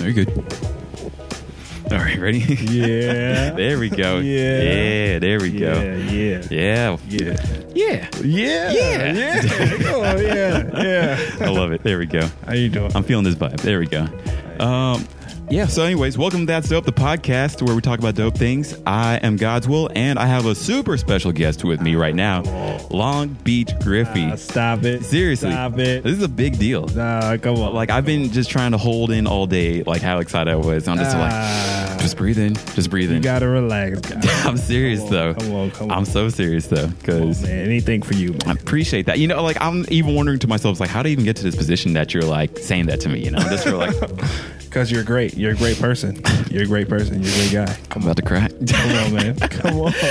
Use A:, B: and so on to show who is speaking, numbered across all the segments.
A: You're good. All right, ready?
B: Yeah.
A: there we go.
B: Yeah.
A: Yeah, there we
B: Yeah,
A: go.
B: yeah.
A: Yeah.
B: Yeah.
A: Yeah.
B: Yeah.
A: Yeah.
B: Yeah. Oh, yeah. Yeah.
A: I love it. There we go.
B: How you doing?
A: I'm feeling this vibe. There we go. Um, yeah. So, anyways, welcome to That's Dope, the podcast where we talk about dope things. I am God's Will, and I have a super special guest with me right now, Long Beach Griffey.
B: Ah, stop it.
A: Seriously,
B: Stop it.
A: this is a big deal.
B: Nah, come on.
A: Like I've been just trying to hold in all day, like how excited I was. I'm just
B: Ah.
A: like, just breathe in, just breathe
B: you
A: in.
B: gotta relax, guys.
A: I'm serious
B: Come on,
A: though.
B: come on, come on.
A: I'm so serious though, because
B: Man, anything for you,
A: I
B: man.
A: appreciate that. You know, like I'm even wondering to myself, like, how do I even get to this position that you're like saying that to me? You know, I'm just sort of like
B: Because you're great. You're a great person. You're a great person. You're a great guy.
A: I'm about to cry.
B: Come on, man. Come on.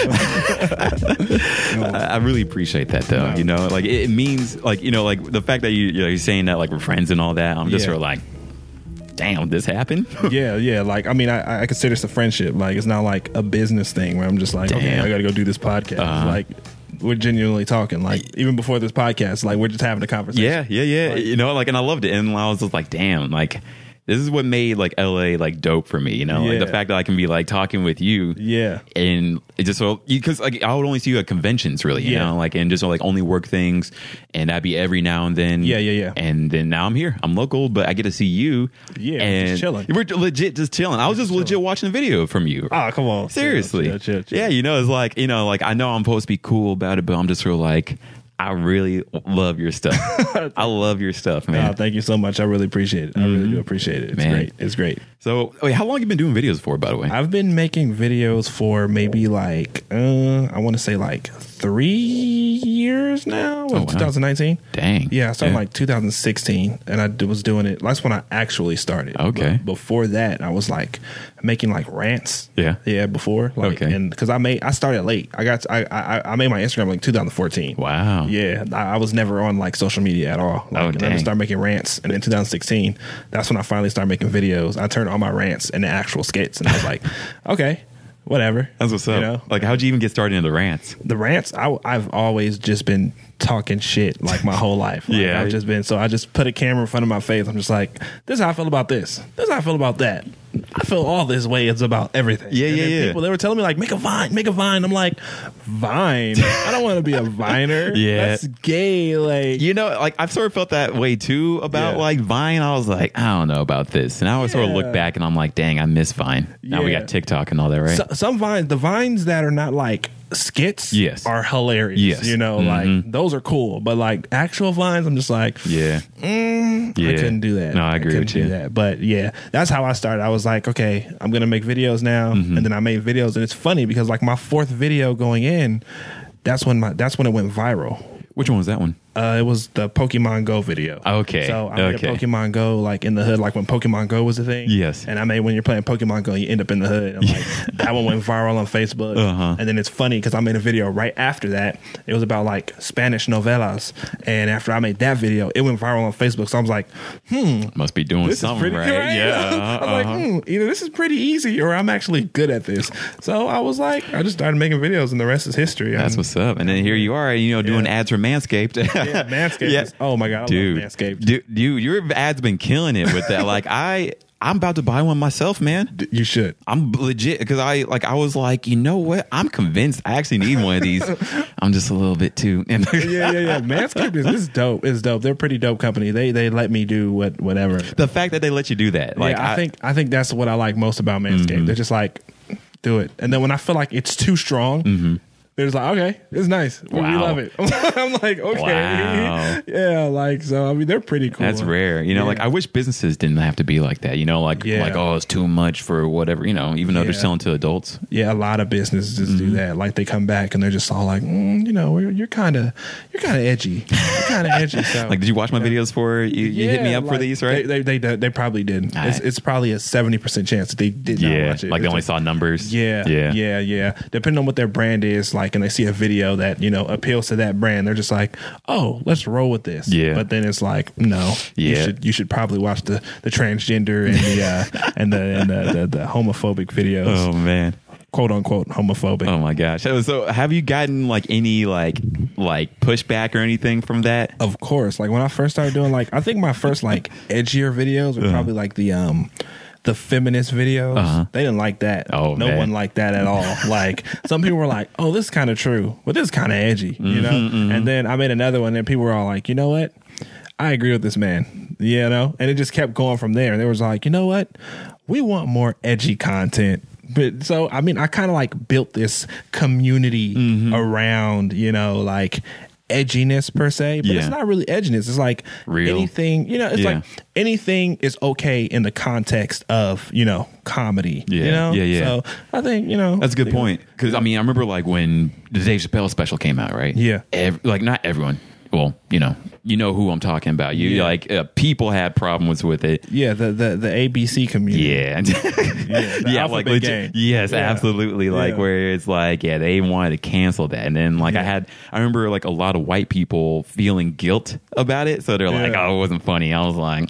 A: I I really appreciate that though. You know, like it it means like you know, like the fact that you you know, you're saying that like we're friends and all that. I'm just
B: Yeah.
A: sort of like, damn, this happened.
B: yeah, yeah. Like, I mean, I, I consider this a friendship. Like, it's not like a business thing where I'm just like, okay,
A: Damn.
B: I gotta go do this podcast.
A: Uh-huh.
B: Like, we're genuinely talking. Like, even before this podcast, like, we're just having a conversation.
A: Yeah, yeah, yeah.
B: Like-
A: you know, like, and I loved it. And I was just like, damn, like, this is what made like LA like dope for me. You know, like the
B: Yeah.
A: fact that I can be like talking with you.
B: Yeah.
A: And it just so because like I would only see you at conventions, really, you
B: Yeah.
A: know, like and just like only work things, and that'd be every now and then.
B: Yeah, yeah, yeah.
A: And then now I'm here, I'm local, but I get to see you.
B: Yeah,
A: and
B: just chilling.
A: We're legit just chilling. I was just legit watching a video from you.
B: Oh, come on.
A: Seriously.
B: Chill, chill, chill.
A: Yeah, you know, it's like, you know, like I know I'm supposed to be cool about it, but I'm just sort of like, I really love your stuff. I love your stuff, man.
B: Oh, thank you so much. I really appreciate it. I really do appreciate it. It's
A: Mm-hmm. Man.
B: great. It's great.
A: so, wait, how long you been doing videos for, by the way?
B: I've been making videos for maybe like uh, I want to say like three years now.
A: Oh, wow.
B: 2019.
A: Dang.
B: Yeah, I started like 2016, and I d- was doing it. That's when I actually started.
A: Okay.
B: But before that, I was like making like rants.
A: Yeah.
B: yeah. Before, like,
A: Okay.
B: and because I made, I started late. I got, I, I, I made my Instagram like 2014.
A: Wow.
B: Yeah, I, I was never on like social media at all. Like,
A: Oh,
B: and I
A: dang.
B: just started making rants, and in 2016, that's when I finally started making videos. I turned all my rants into actual skits, and I was like, okay, whatever.
A: That's what's up.
B: You know?
A: Like, how'd you even get started in the rants?
B: the rants I, i've always just been talking shit like my whole life Like,
A: Yeah.
B: i've just been so i just put a camera in front of my face i'm just like this is how i feel about this this is how i feel about that i feel all this way it's about everything
A: Yeah,
B: And
A: yeah,
B: then
A: yeah.
B: people they were telling me like make a vine make a vine i'm like vine i don't want to be a viner
A: Yeah.
B: that's gay like
A: You know, like I've sort of felt that way too about
B: Yeah.
A: like Vine. I was like, I don't know about this, and I always sort of
B: Yeah.
A: look back and I'm like, dang, I miss Vine. Now we
B: Yeah.
A: got TikTok and all that, right?
B: So- some vines, the vines that are not like skits,
A: Yes.
B: are hilarious.
A: Yes. Mm-hmm.
B: you know, like those are cool. But like actual vines, I'm just like,
A: yeah,
B: mm, I
A: Yeah.
B: couldn't do that.
A: No, I agree
B: couldn't
A: with you.
B: do that. But yeah, that's how I started. I was like, okay, I'm gonna make videos now,
A: Mm-hmm.
B: and then I made videos, and it's funny because like my fourth video going in, that's when my that's when it went viral.
A: which one was that one?
B: Uh, it was the Pokemon Go video.
A: Oh, Okay,
B: So I made
A: okay.
B: a Pokemon Go like in the hood, like when Pokemon Go was a thing.
A: Yes.
B: And I made when you're playing Pokemon Go, you end up in the hood. I'm like, that one went viral on Facebook.
A: Uh-huh.
B: And then it's funny because I made a video right after that. It was about like Spanish novelas, and after I made that video, it went viral on Facebook. So I was like,
A: Must be doing
B: this is
A: something
B: pretty
A: right.
B: good.
A: Yeah,
B: I'm like,
A: uh-huh.
B: hmm, either this is pretty easy or I'm actually good at this. So I was like, I just started making videos and the rest is history.
A: That's
B: I'm-
A: what's up. And then here you are, you know, doing ads for Manscaped.
B: yeah, Manscaped.
A: Yeah.
B: Is, oh my God. I
A: dude,
B: Love Manscaped.
A: dude, you your ad's been killing it with that. like I, I'm about to buy one myself, man.
B: You should.
A: I'm legit because I like I was like, you know what? I'm convinced I actually need one of these. I'm just a little bit too. And
B: yeah, yeah, yeah. Manscaped is this is dope. It's dope. They're a pretty dope company. They they let me do what whatever.
A: the fact that they let you do that, like Mm-hmm.
B: Like I, think I think that's what I like most about Manscaped. They're just like, do it. And then when I feel like it's too strong, they're just like, okay, it's nice. We- We
A: Mm-hmm. Wow.
B: love it. I'm like, okay,
A: Wow.
B: yeah. Like so, I mean, they're pretty cool.
A: That's rare. You know,
B: Yeah.
A: like I wish businesses didn't have to be like that. You know, like
B: Yeah.
A: like oh, it's too much for whatever. You know, even though they're
B: Yeah.
A: selling to adults.
B: Yeah, a lot of businesses do
A: Mm-hmm.
B: that. Like they come back and they're just all like, mm, you know, we're, you're kind of, you're kind of edgy, you're kind of edgy. So.
A: Like, did you watch my videos for you? you hit me
B: Oh, Yeah,
A: up for
B: like,
A: these, right?
B: They they they, they probably didn't.
A: All
B: It's,
A: right.
B: it's probably a seventy percent chance that they did not
A: yeah,
B: watch it.
A: like they
B: It's
A: only
B: a-
A: saw numbers.
B: Yeah, yeah, yeah, yeah. Depending on what their brand is, like, and they see a video that you know appeals to that brand, they're just like, "Oh, let's roll with this."
A: Yeah.
B: But then it's like, no, you
A: Yeah.
B: should you should probably watch the the transgender and the uh, and the and the, the, the homophobic videos,
A: Oh man.
B: quote unquote homophobic.
A: Oh my gosh. So, so have you gotten like any like like pushback or anything from that?
B: Of course. Like when I first started doing like I think my first like edgier videos were probably like the um the feminist videos.
A: Uh-huh.
B: They didn't like that.
A: Oh,
B: no
A: man.
B: one liked that at all. like some people were like, "Oh, this is kind of true, but this is kind of edgy,"
A: Mm-hmm,
B: you know. And then I made another one, and people were all like, "You know what? I agree with this man." You know, and it just kept going from there. And they was like, "You know what? We want more edgy content." But so I mean, I kind of like built this community
A: Mm-hmm.
B: around, you know, like edginess per se, but
A: Yeah.
B: it's not really edginess. It's like
A: Real.
B: anything, you know, it's
A: Yeah.
B: like anything is okay in the context of you know comedy.
A: Yeah,
B: you know?
A: yeah, yeah.
B: So I think you know
A: That's a good point. Because I mean, I remember like when the Dave Chappelle special came out, right?
B: Yeah.
A: Ev- like not everyone. Well, you know, you know who I'm talking about. You
B: Yeah.
A: like uh, people had problems with it.
B: Yeah, the the the ABC community.
A: Yeah, yeah,
B: the alphabet game.
A: yes,
B: Yeah.
A: absolutely. Like
B: Yeah.
A: where it's like, yeah, they wanted to cancel that, and then like I
B: Yeah.
A: had, I remember like a lot of white people feeling guilt about it, so they're like,
B: Yeah.
A: oh, it wasn't funny. I was like,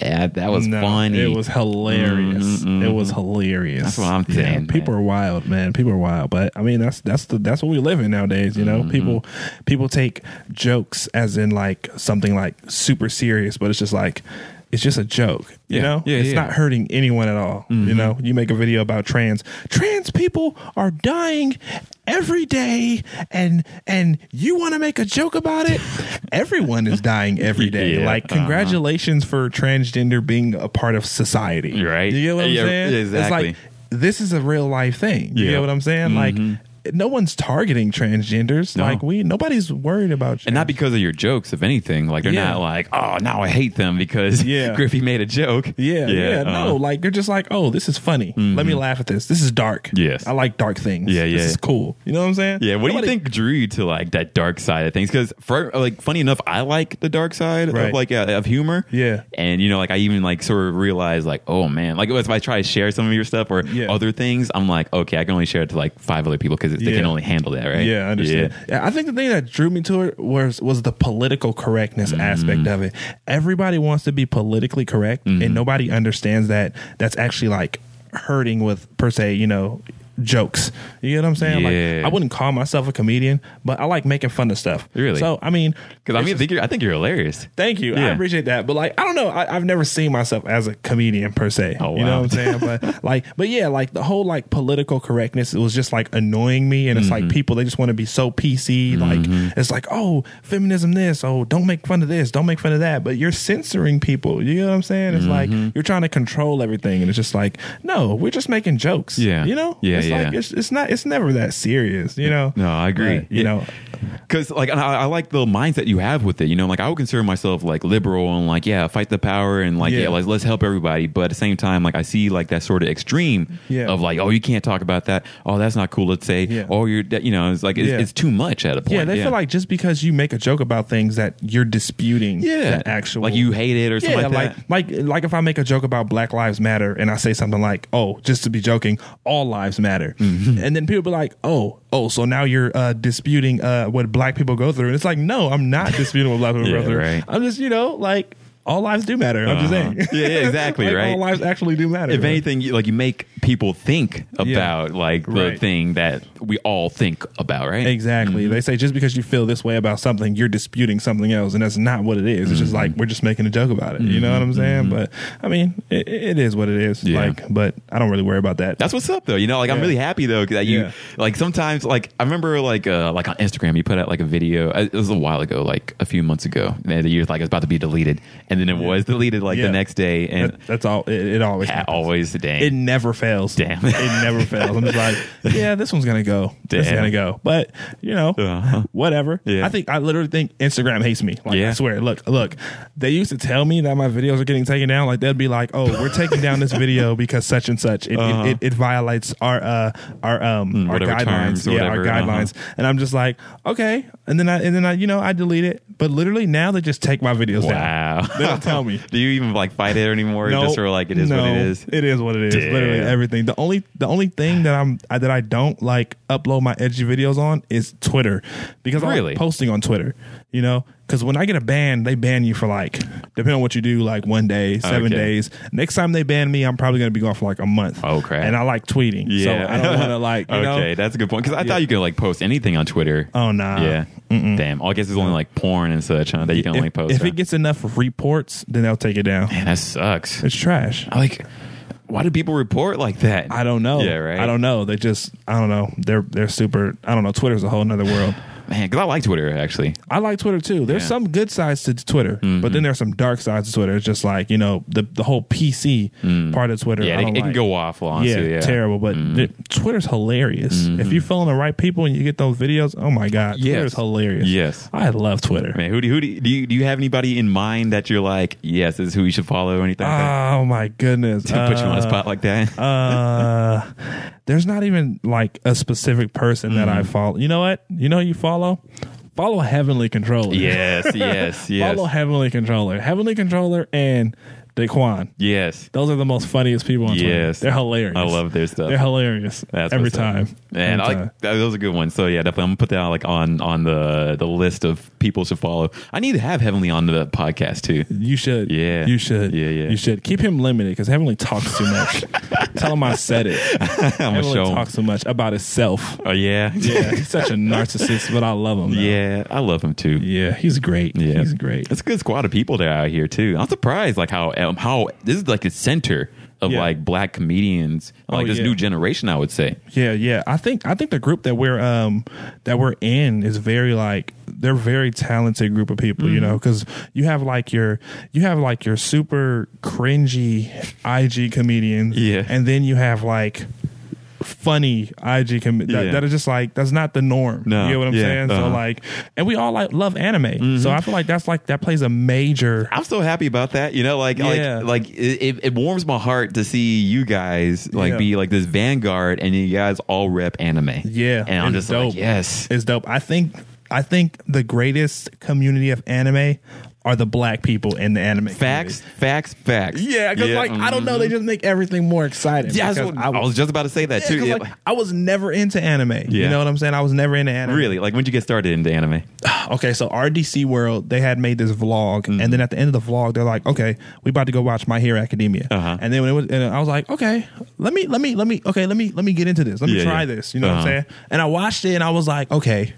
A: yeah, that was
B: No,
A: funny.
B: It was hilarious. It was hilarious.
A: That's what I'm saying,
B: people
A: man.
B: are wild, man. People are wild, but I mean that's that's the that's what we live in nowadays. You know,
A: Mm-hmm.
B: people people take jokes as in like something like super serious, but it's just like it's just a joke.
A: Yeah.
B: You know,
A: Yeah, Mm-hmm.
B: it's
A: yeah.
B: not hurting anyone at all. You know, you make a video about trans trans people are dying every day and and you want to make a joke about it everyone is dying every day
A: Yeah,
B: like
A: uh-huh.
B: congratulations congratulations for transgender being a part of society.
A: Right.
B: You get what I'm
A: Yeah,
B: saying?
A: exactly.
B: It's like this is a real life thing. You
A: Yeah. Mm-hmm.
B: get what I'm saying? Like no one's targeting transgenders.
A: No.
B: Like we nobody's worried about
A: and not because of your jokes, if anything. Like they're
B: Yeah.
A: not like, oh, now I hate them because
B: Yeah.
A: Griffey made a joke.
B: yeah, yeah,
A: uh,
B: no. Like they're just like, oh, this is funny. Let me laugh at this. This is dark.
A: Mm-hmm. Yes.
B: I like dark things.
A: Yeah, yeah.
B: This is cool. You know what I'm saying?
A: Yeah, what
B: Nobody-
A: do you think drew you to like that dark side of things? Because for like, funny enough, I like the dark side of
B: Right.
A: like uh, of humor.
B: Yeah.
A: and you know, like I even like sort of realized like, oh man, like if I try to share some of your stuff or
B: Yeah.
A: other things, I'm like, okay, I can only share it to like five other people because they
B: Yeah.
A: can only handle that, right?
B: Yeah, I understand. Yeah, I think the thing that drew me to it was was the political correctness
A: Mm-hmm.
B: aspect of it. Everybody wants to be politically correct,
A: Mm-hmm.
B: and nobody understands that that's actually like hurting with per se, you know, jokes. You get what I'm saying?
A: Yeah.
B: Like I wouldn't call myself a comedian, but I like making fun of stuff.
A: Really?
B: So I mean,
A: Because I mean, I think you're, I think you're hilarious.
B: Thank you. I
A: Yeah.
B: appreciate that. But like, I don't know. I, I've never seen myself as a comedian per se.
A: Oh,
B: You
A: wow.
B: know what I'm saying? But like, but yeah, like the whole like political correctness, it was just like annoying me. And it's
A: Mm-hmm.
B: like people, they just want to be so PC. Like, it's like, oh, feminism this. Oh, don't make fun of this. Don't make fun of that. But you're censoring people. You know what I'm saying? It's
A: Mm-hmm.
B: like you're trying to control everything. And it's just like, no, we're just making jokes.
A: Yeah.
B: You know?
A: Yeah,
B: It's
A: yeah.
B: like, it's, it's not, it's never that serious, you know?
A: No, I agree.
B: But, you
A: Yeah.
B: know,
A: Because like and I, I like the mindset you have with it. You know, like I would consider myself like liberal and like yeah, fight the power and like yeah,
B: Yeah.
A: like let's help everybody. But at the same time, like I see like that sort of extreme
B: Yeah.
A: of like oh you can't talk about that. Oh that's not cool. Let's say
B: Yeah.
A: oh you're that you know it's like it's,
B: Yeah.
A: it's too much at a point.
B: Yeah, they feel like just because you make a joke about things that you're disputing
A: yeah
B: that actual
A: like you hate it or something
B: yeah,
A: like,
B: like,
A: that.
B: like like if I make a joke about Black Lives Matter and I say something like, "Oh, just to be joking, all lives matter,"
A: Mm-hmm.
B: and then people be like, "Oh, oh, so now you're uh, disputing uh, what Black people go through?" And it's like, "No, I'm not disputing what Black people
A: Yeah,
B: go through.
A: right.
B: I'm just you know like all lives do matter. I'm just
A: Uh-huh.
B: saying,
A: Yeah, yeah, exactly,
B: Like,
A: right?
B: All lives actually do matter.
A: If
B: bro.
A: anything, you, like you make people think about like the
B: Right.
A: thing that we all think about, right?
B: Exactly.
A: Mm-hmm.
B: They say just because you feel this way about something, you're disputing something else, and that's not what it is.
A: Mm-hmm.
B: It's just like we're just making a joke about it. You know what I'm saying? But I mean, it, it is what it is.
A: Yeah.
B: Like, but I don't really worry about that.
A: That's what's up though. You know, like I'm
B: Yeah.
A: really happy though that you
B: Yeah.
A: like sometimes like I remember like uh like on Instagram you put out like a video. Uh, It was a while ago, like a few months ago. And you was like it's about to be deleted, and then it was deleted like the
B: Yeah.
A: next day, and
B: That- that's all. It, it always.
A: that
B: happens.
A: always the day.
B: It never fails.
A: Damn.
B: It never fails. I'm just like, yeah, this one's gonna go. This is
A: Damn.
B: gonna go. But you know,
A: Uh-huh.
B: whatever.
A: Yeah.
B: I think I literally think Instagram hates me. Like
A: Yeah.
B: I swear. Look, look. They used to tell me that my videos are getting taken down. Like they'd be like, oh, we're taking down this video because such and such. It it, it, it violates our uh our um our
A: Uh-huh. Mm, whatever terms
B: guidelines.
A: or
B: Yeah, our
A: whatever. Uh-huh.
B: guidelines. And I'm just like, okay. And then I and then I you know I delete it. But literally now they just take my videos down.
A: wow.
B: They don't tell me.
A: Do you even like fight it anymore?
B: No,
A: Just sort of like it is what it is.
B: It is what it is.
A: Damn.
B: Literally everything. The only the only thing that I'm I, that I don't like upload my edgy videos on is Twitter because I
A: Really?
B: like posting on Twitter. You know, because when I get a ban, they ban you for like depending on what you do, like one day, seven
A: Okay.
B: days. Next time they ban me, I'm probably gonna be gone for like a month.
A: Oh, crap.
B: And I like tweeting, so I don't want to like you
A: okay,
B: know.
A: that's a good point. Because I thought you could like post anything on Twitter.
B: Oh, nah.
A: Yeah. Damn. I guess it's only like porn and such huh, that you can only
B: If,
A: post.
B: if
A: on.
B: it gets enough reports, then they'll take it down.
A: Man, that sucks.
B: It's trash.
A: I like Why do people report like that?
B: I don't know.
A: Yeah, right.
B: I don't know. They just I don't know. They're they're super. I don't know. Twitter's a whole nother world.
A: man, because I like Twitter actually.
B: I like Twitter too. There's
A: Yeah. Mm-hmm.
B: some good sides to Twitter, but then there's some dark sides to Twitter. It's just like you know the the whole PC part of Twitter.
A: Mm. Yeah,
B: I
A: it,
B: don't
A: it can
B: like.
A: go off long.
B: yeah,
A: so, yeah. Mm-hmm.
B: terrible. But th- Twitter's hilarious. If you follow the right people and you get those videos, oh my god,
A: Yes.
B: Twitter's hilarious.
A: Yes.
B: I love Twitter.
A: Man, who do who do, do you do you have anybody in mind that you're like, yes, this is who you should follow or anything? like that?
B: Oh my goodness,
A: To put you on
B: Uh,
A: a spot like that.
B: uh, there's not even like a specific person that
A: Mm.
B: I follow. You know what? You know who you follow? Follow Heavenly Controller.
A: yes, yes, yes,
B: Follow Heavenly Controller. Heavenly Controller and Daquan.
A: yes.
B: Those are the most funniest people on Twitter.
A: Yes.
B: They're hilarious.
A: I love their stuff.
B: They're hilarious
A: That's
B: every
A: what's up.
B: time. uh,
A: Man,
B: Every
A: I
B: time.
A: like that, those are good ones. So yeah, definitely. I'm gonna put that like on on the the list of people to follow. I need to have Heavenly on the podcast too.
B: You should.
A: Yeah.
B: You should.
A: Yeah, yeah.
B: You should. Keep him limited because Heavenly talks too much. Tell him I said it.
A: I'm gonna
B: Heavenly
A: show 'em.
B: talks too much about himself.
A: Oh yeah,
B: Yeah. He's such a narcissist, but I love him. though.
A: yeah. I love him too.
B: Yeah, he's great.
A: Yeah,
B: He's great.
A: It's a good squad of people that are out here too. I'm surprised, like how um, how this is like the center of
B: Yeah.
A: like black comedians, like this
B: yeah.
A: new generation. I would say.
B: Yeah, yeah. I think I think the group that we're um that we're in is very like they're very talented group of people,
A: Mm-hmm.
B: you know, cuz you have like your you have like your super cringy IG comedians
A: Yeah.
B: and then you have like funny IG com- that,
A: Yeah.
B: that are just like that's not the norm.
A: No,
B: You know what I'm
A: yeah,
B: saying? So
A: uh-huh. Mm-hmm.
B: like and we all like love anime. So I feel like that's like that plays a major
A: I'm so happy about that. You know, like
B: Yeah.
A: like like it, it- it warms my heart to see you guys like
B: Yeah.
A: be like this vanguard, and you guys all rep anime.
B: Yeah,
A: and I'm
B: it's
A: just like, yes,
B: it's dope. I think I think the greatest community of anime are the black people in the anime.
A: facts, facts, facts. mm.
B: community. Yeah, because like I don't know, they just make everything more exciting.
A: Yeah, that's
B: because
A: what- I, was just about to say that
B: yeah,
A: too.
B: 'cause,
A: Yeah,
B: like, I was never into anime. You
A: Yeah.
B: know what I'm saying? I was never into anime.
A: really, like when would you get started into anime?
B: Okay, so RDC World, they had made this vlog,
A: Mm-hmm.
B: and then at the end of the vlog, they're like, "Okay, we about to go watch My Hero Academia."
A: Uh-huh.
B: And then when it was, and I was like, "Okay, let me, let me, let me, okay, let me, let me get into this. Let me
A: Yeah,
B: try
A: yeah.
B: this." You know what I'm
A: Uh-huh.
B: saying? And I watched it, and I was like, "Okay."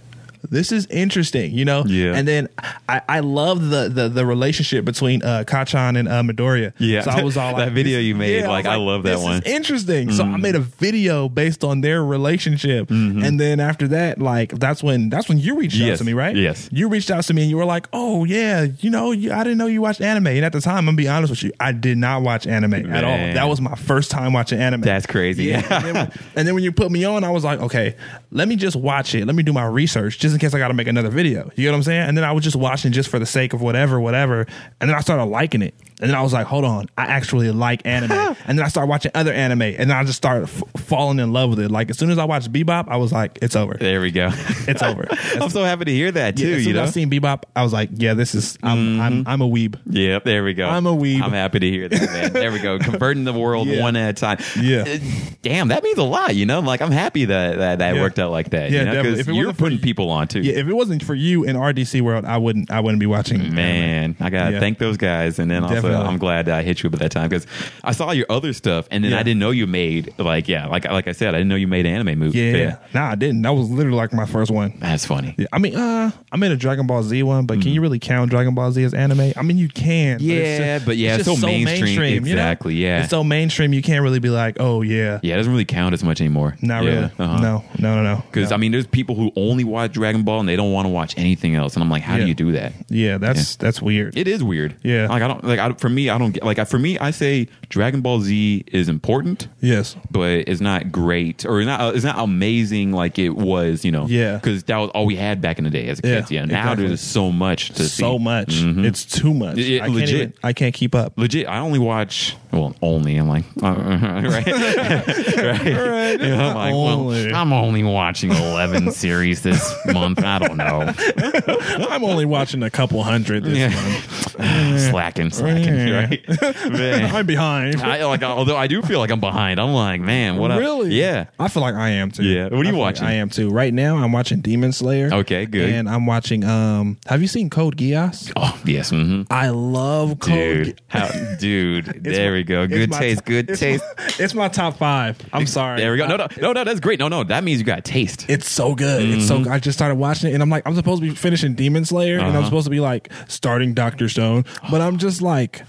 B: This is interesting, you know.
A: Yeah.
B: And then I, I love the, the the relationship between uh, Kachan and uh, Midoriya.
A: Yeah.
B: So I was all
A: That
B: like,
A: video you made,
B: was
A: like, I love that
B: this is
A: one.
B: interesting. So I
A: Mm-hmm.
B: made a video based on their relationship, and then after that, like that's when that's when you reached out
A: Yes.
B: to me, right?
A: Yes.
B: You reached out to me and you were like, "Oh yeah, you know, you, I didn't know you watched anime." And at the time, I'm gonna be honest with you, I did not watch anime at all.
A: Man.
B: That was my first time watching anime.
A: That's crazy.
B: Yeah. and, then, and then when you put me on, I was like, "Okay, let me just watch it. Let me do my research, just in case I got to make another video." You get what I'm saying? And then I was just watching just for the sake of whatever, whatever. And then I started liking it. And then I was like, "Hold on, I actually like anime." and then I started watching other anime, and then I just started f- falling in love with it. Like as soon as I watched Bebop, I was like, "It's over.
A: There we go.
B: It's over."
A: I'm so happy to hear that too.
B: Yeah, as
A: you
B: soon as
A: know, Mm-hmm.
B: I seen Bebop, I was like, yeah, this is I'm I'm, I'm a weeb.
A: Yeah, there we go.
B: I'm a weeb.
A: I'm happy to hear that, man. there we go. Converting the world
B: Yeah.
A: one at a time.
B: Yeah.
A: Uh, Damn, that means a lot, you know? Like, I'm happy that that, that
B: Yeah.
A: worked out like that.
B: Yeah,
A: you know?
B: definitely.
A: 'Cause
B: If it
A: you're
B: wasn't for
A: putting
B: you-
A: people on, too.
B: Yeah, if it wasn't for you in RDC world, I wouldn't I wouldn't be watching.
A: Man, I gotta
B: Yeah.
A: thank those guys, and then also
B: Definitely.
A: I'm glad that I hit you up at that time because I saw your other stuff, and then
B: Yeah.
A: I didn't know you made like yeah, like like I said, I didn't know you made anime movies.
B: Yeah,
A: but
B: nah, I didn't. That was literally like my first one.
A: that's funny.
B: Yeah, I mean, uh, I made a Dragon Ball Z one, but
A: Mm-hmm.
B: can you really count Dragon Ball Z as anime? I mean, you can.
A: Yeah,
B: just-
A: but yeah, it's
B: just
A: so mainstream.
B: you know?
A: Exactly, yeah.
B: it's so mainstream. You can't really be like, oh yeah,
A: Yeah, it doesn't really count as much anymore.
B: not
A: Yeah,
B: really.
A: uh-huh.
B: No, no, no, no.
A: Because
B: No.
A: I mean, there's people who only watch Dragon Ball and they don't want to watch anything else, and I'm like, how
B: Yeah.
A: do you do that?
B: yeah, that's that's weird.
A: It is weird.
B: Yeah.
A: Like I don't like I, for me I don't get like I, for me I say Dragon Ball Z is important,
B: yes,
A: but it's not great or not uh, it's not amazing like it was you know
B: Yeah.
A: because that was all we had back in the day as
B: Yeah,
A: kids yeah now
B: exactly.
A: there's so much to see.
B: so much. It's too much.
A: It- it-
B: I can't
A: legit.
B: even- I can't keep up.
A: Legit, I only watch well only. I'm like, uh, uh, right, right. You know, I'm like,
B: Only.
A: well, I'm only watching 11 series this month. I don't know.
B: I'm only watching a couple hundred this
A: Yeah.
B: month.
A: slacking, slacking,
B: Yeah.
A: right? Man.
B: I'm behind.
A: I like although I do feel like I'm behind. I'm like, man, what up?
B: really?
A: Yeah.
B: I feel like I am too.
A: Yeah. What are you
B: I feel
A: watching?
B: Like I am too. Right now, I'm watching Demon Slayer.
A: Okay, good.
B: And I'm watching. Um, have you seen Code Geass?
A: Oh, yes. hmm
B: I love Code. Ge-
A: Dude. How, dude.
B: It's
A: there
B: my-
A: we go.
B: it's
A: Good
B: my
A: taste.
B: top-
A: Good
B: it's
A: taste.
B: my- it's my top five. I'm sorry.
A: There we go. No,
B: I-
A: no, no, no. That's great. No, no. That means you got taste.
B: It's so good. It's so.
A: Mm-hmm.
B: I just started watching it, and I'm like, I'm supposed to be
A: Uh-huh.
B: finishing Demon Slayer, and I'm supposed to be like starting Doctor Stone, but I'm just like,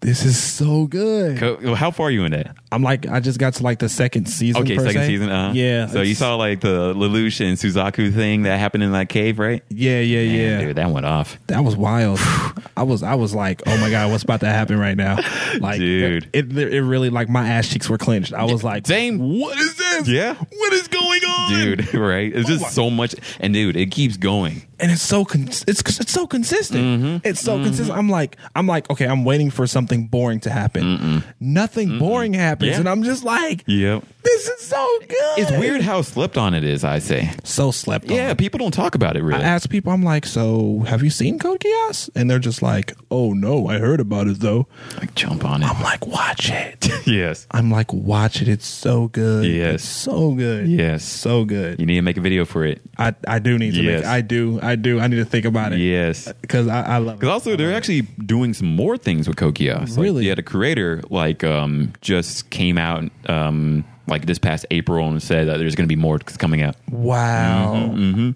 B: this is so good.
A: Co- How far are you in it?
B: I'm like, I just got to like the second season.
A: Okay,
B: per
A: second
B: se.
A: season. Uh,
B: yeah.
A: So you
B: it's-
A: saw like the Lelouch and Suzaku thing that happened in that cave, right?
B: Yeah, yeah, yeah.
A: Dude, that went off.
B: That was wild. I was, I was like, oh my god, what's about to happen right now? Like,
A: Dude.
B: it, it, it really like my ass cheeks were clenched. I was like,
A: Same.
B: what is this?
A: Yeah.
B: what is going on,
A: Dude, right? It's just
B: my-
A: so much. And dude, it keeps going.
B: and it's so con- it's it's so consistent.
A: Mm-hmm.
B: It's so consistent. I'm like I'm like okay, I'm waiting for something boring to happen. Nothing boring happens,
A: Yeah.
B: and I'm just like,
A: Yep.
B: this is so good.
A: It's weird how slept on it is, I say.
B: So slept on.
A: Yeah, people don't talk about it
B: I
A: really.
B: ask people, I'm like, so have you seen Code Geass? And they're just like, oh no, I heard about it though.
A: like, jump on it.
B: I'm like, watch it.
A: Yes.
B: I'm like, watch it. It's so good.
A: Yes.
B: It's so good.
A: Yes.
B: So good.
A: You need to make a video for it.
B: I, I do need to
A: Yes.
B: make I do. I do. I need to think about it.
A: Yes.
B: Because I, I love it.
A: Because also they're actually doing some more things with Kokia. So, like,
B: Really?
A: yeah, the creator like um, just came out um, like this past April and said that there's going to be more coming out.
B: Wow.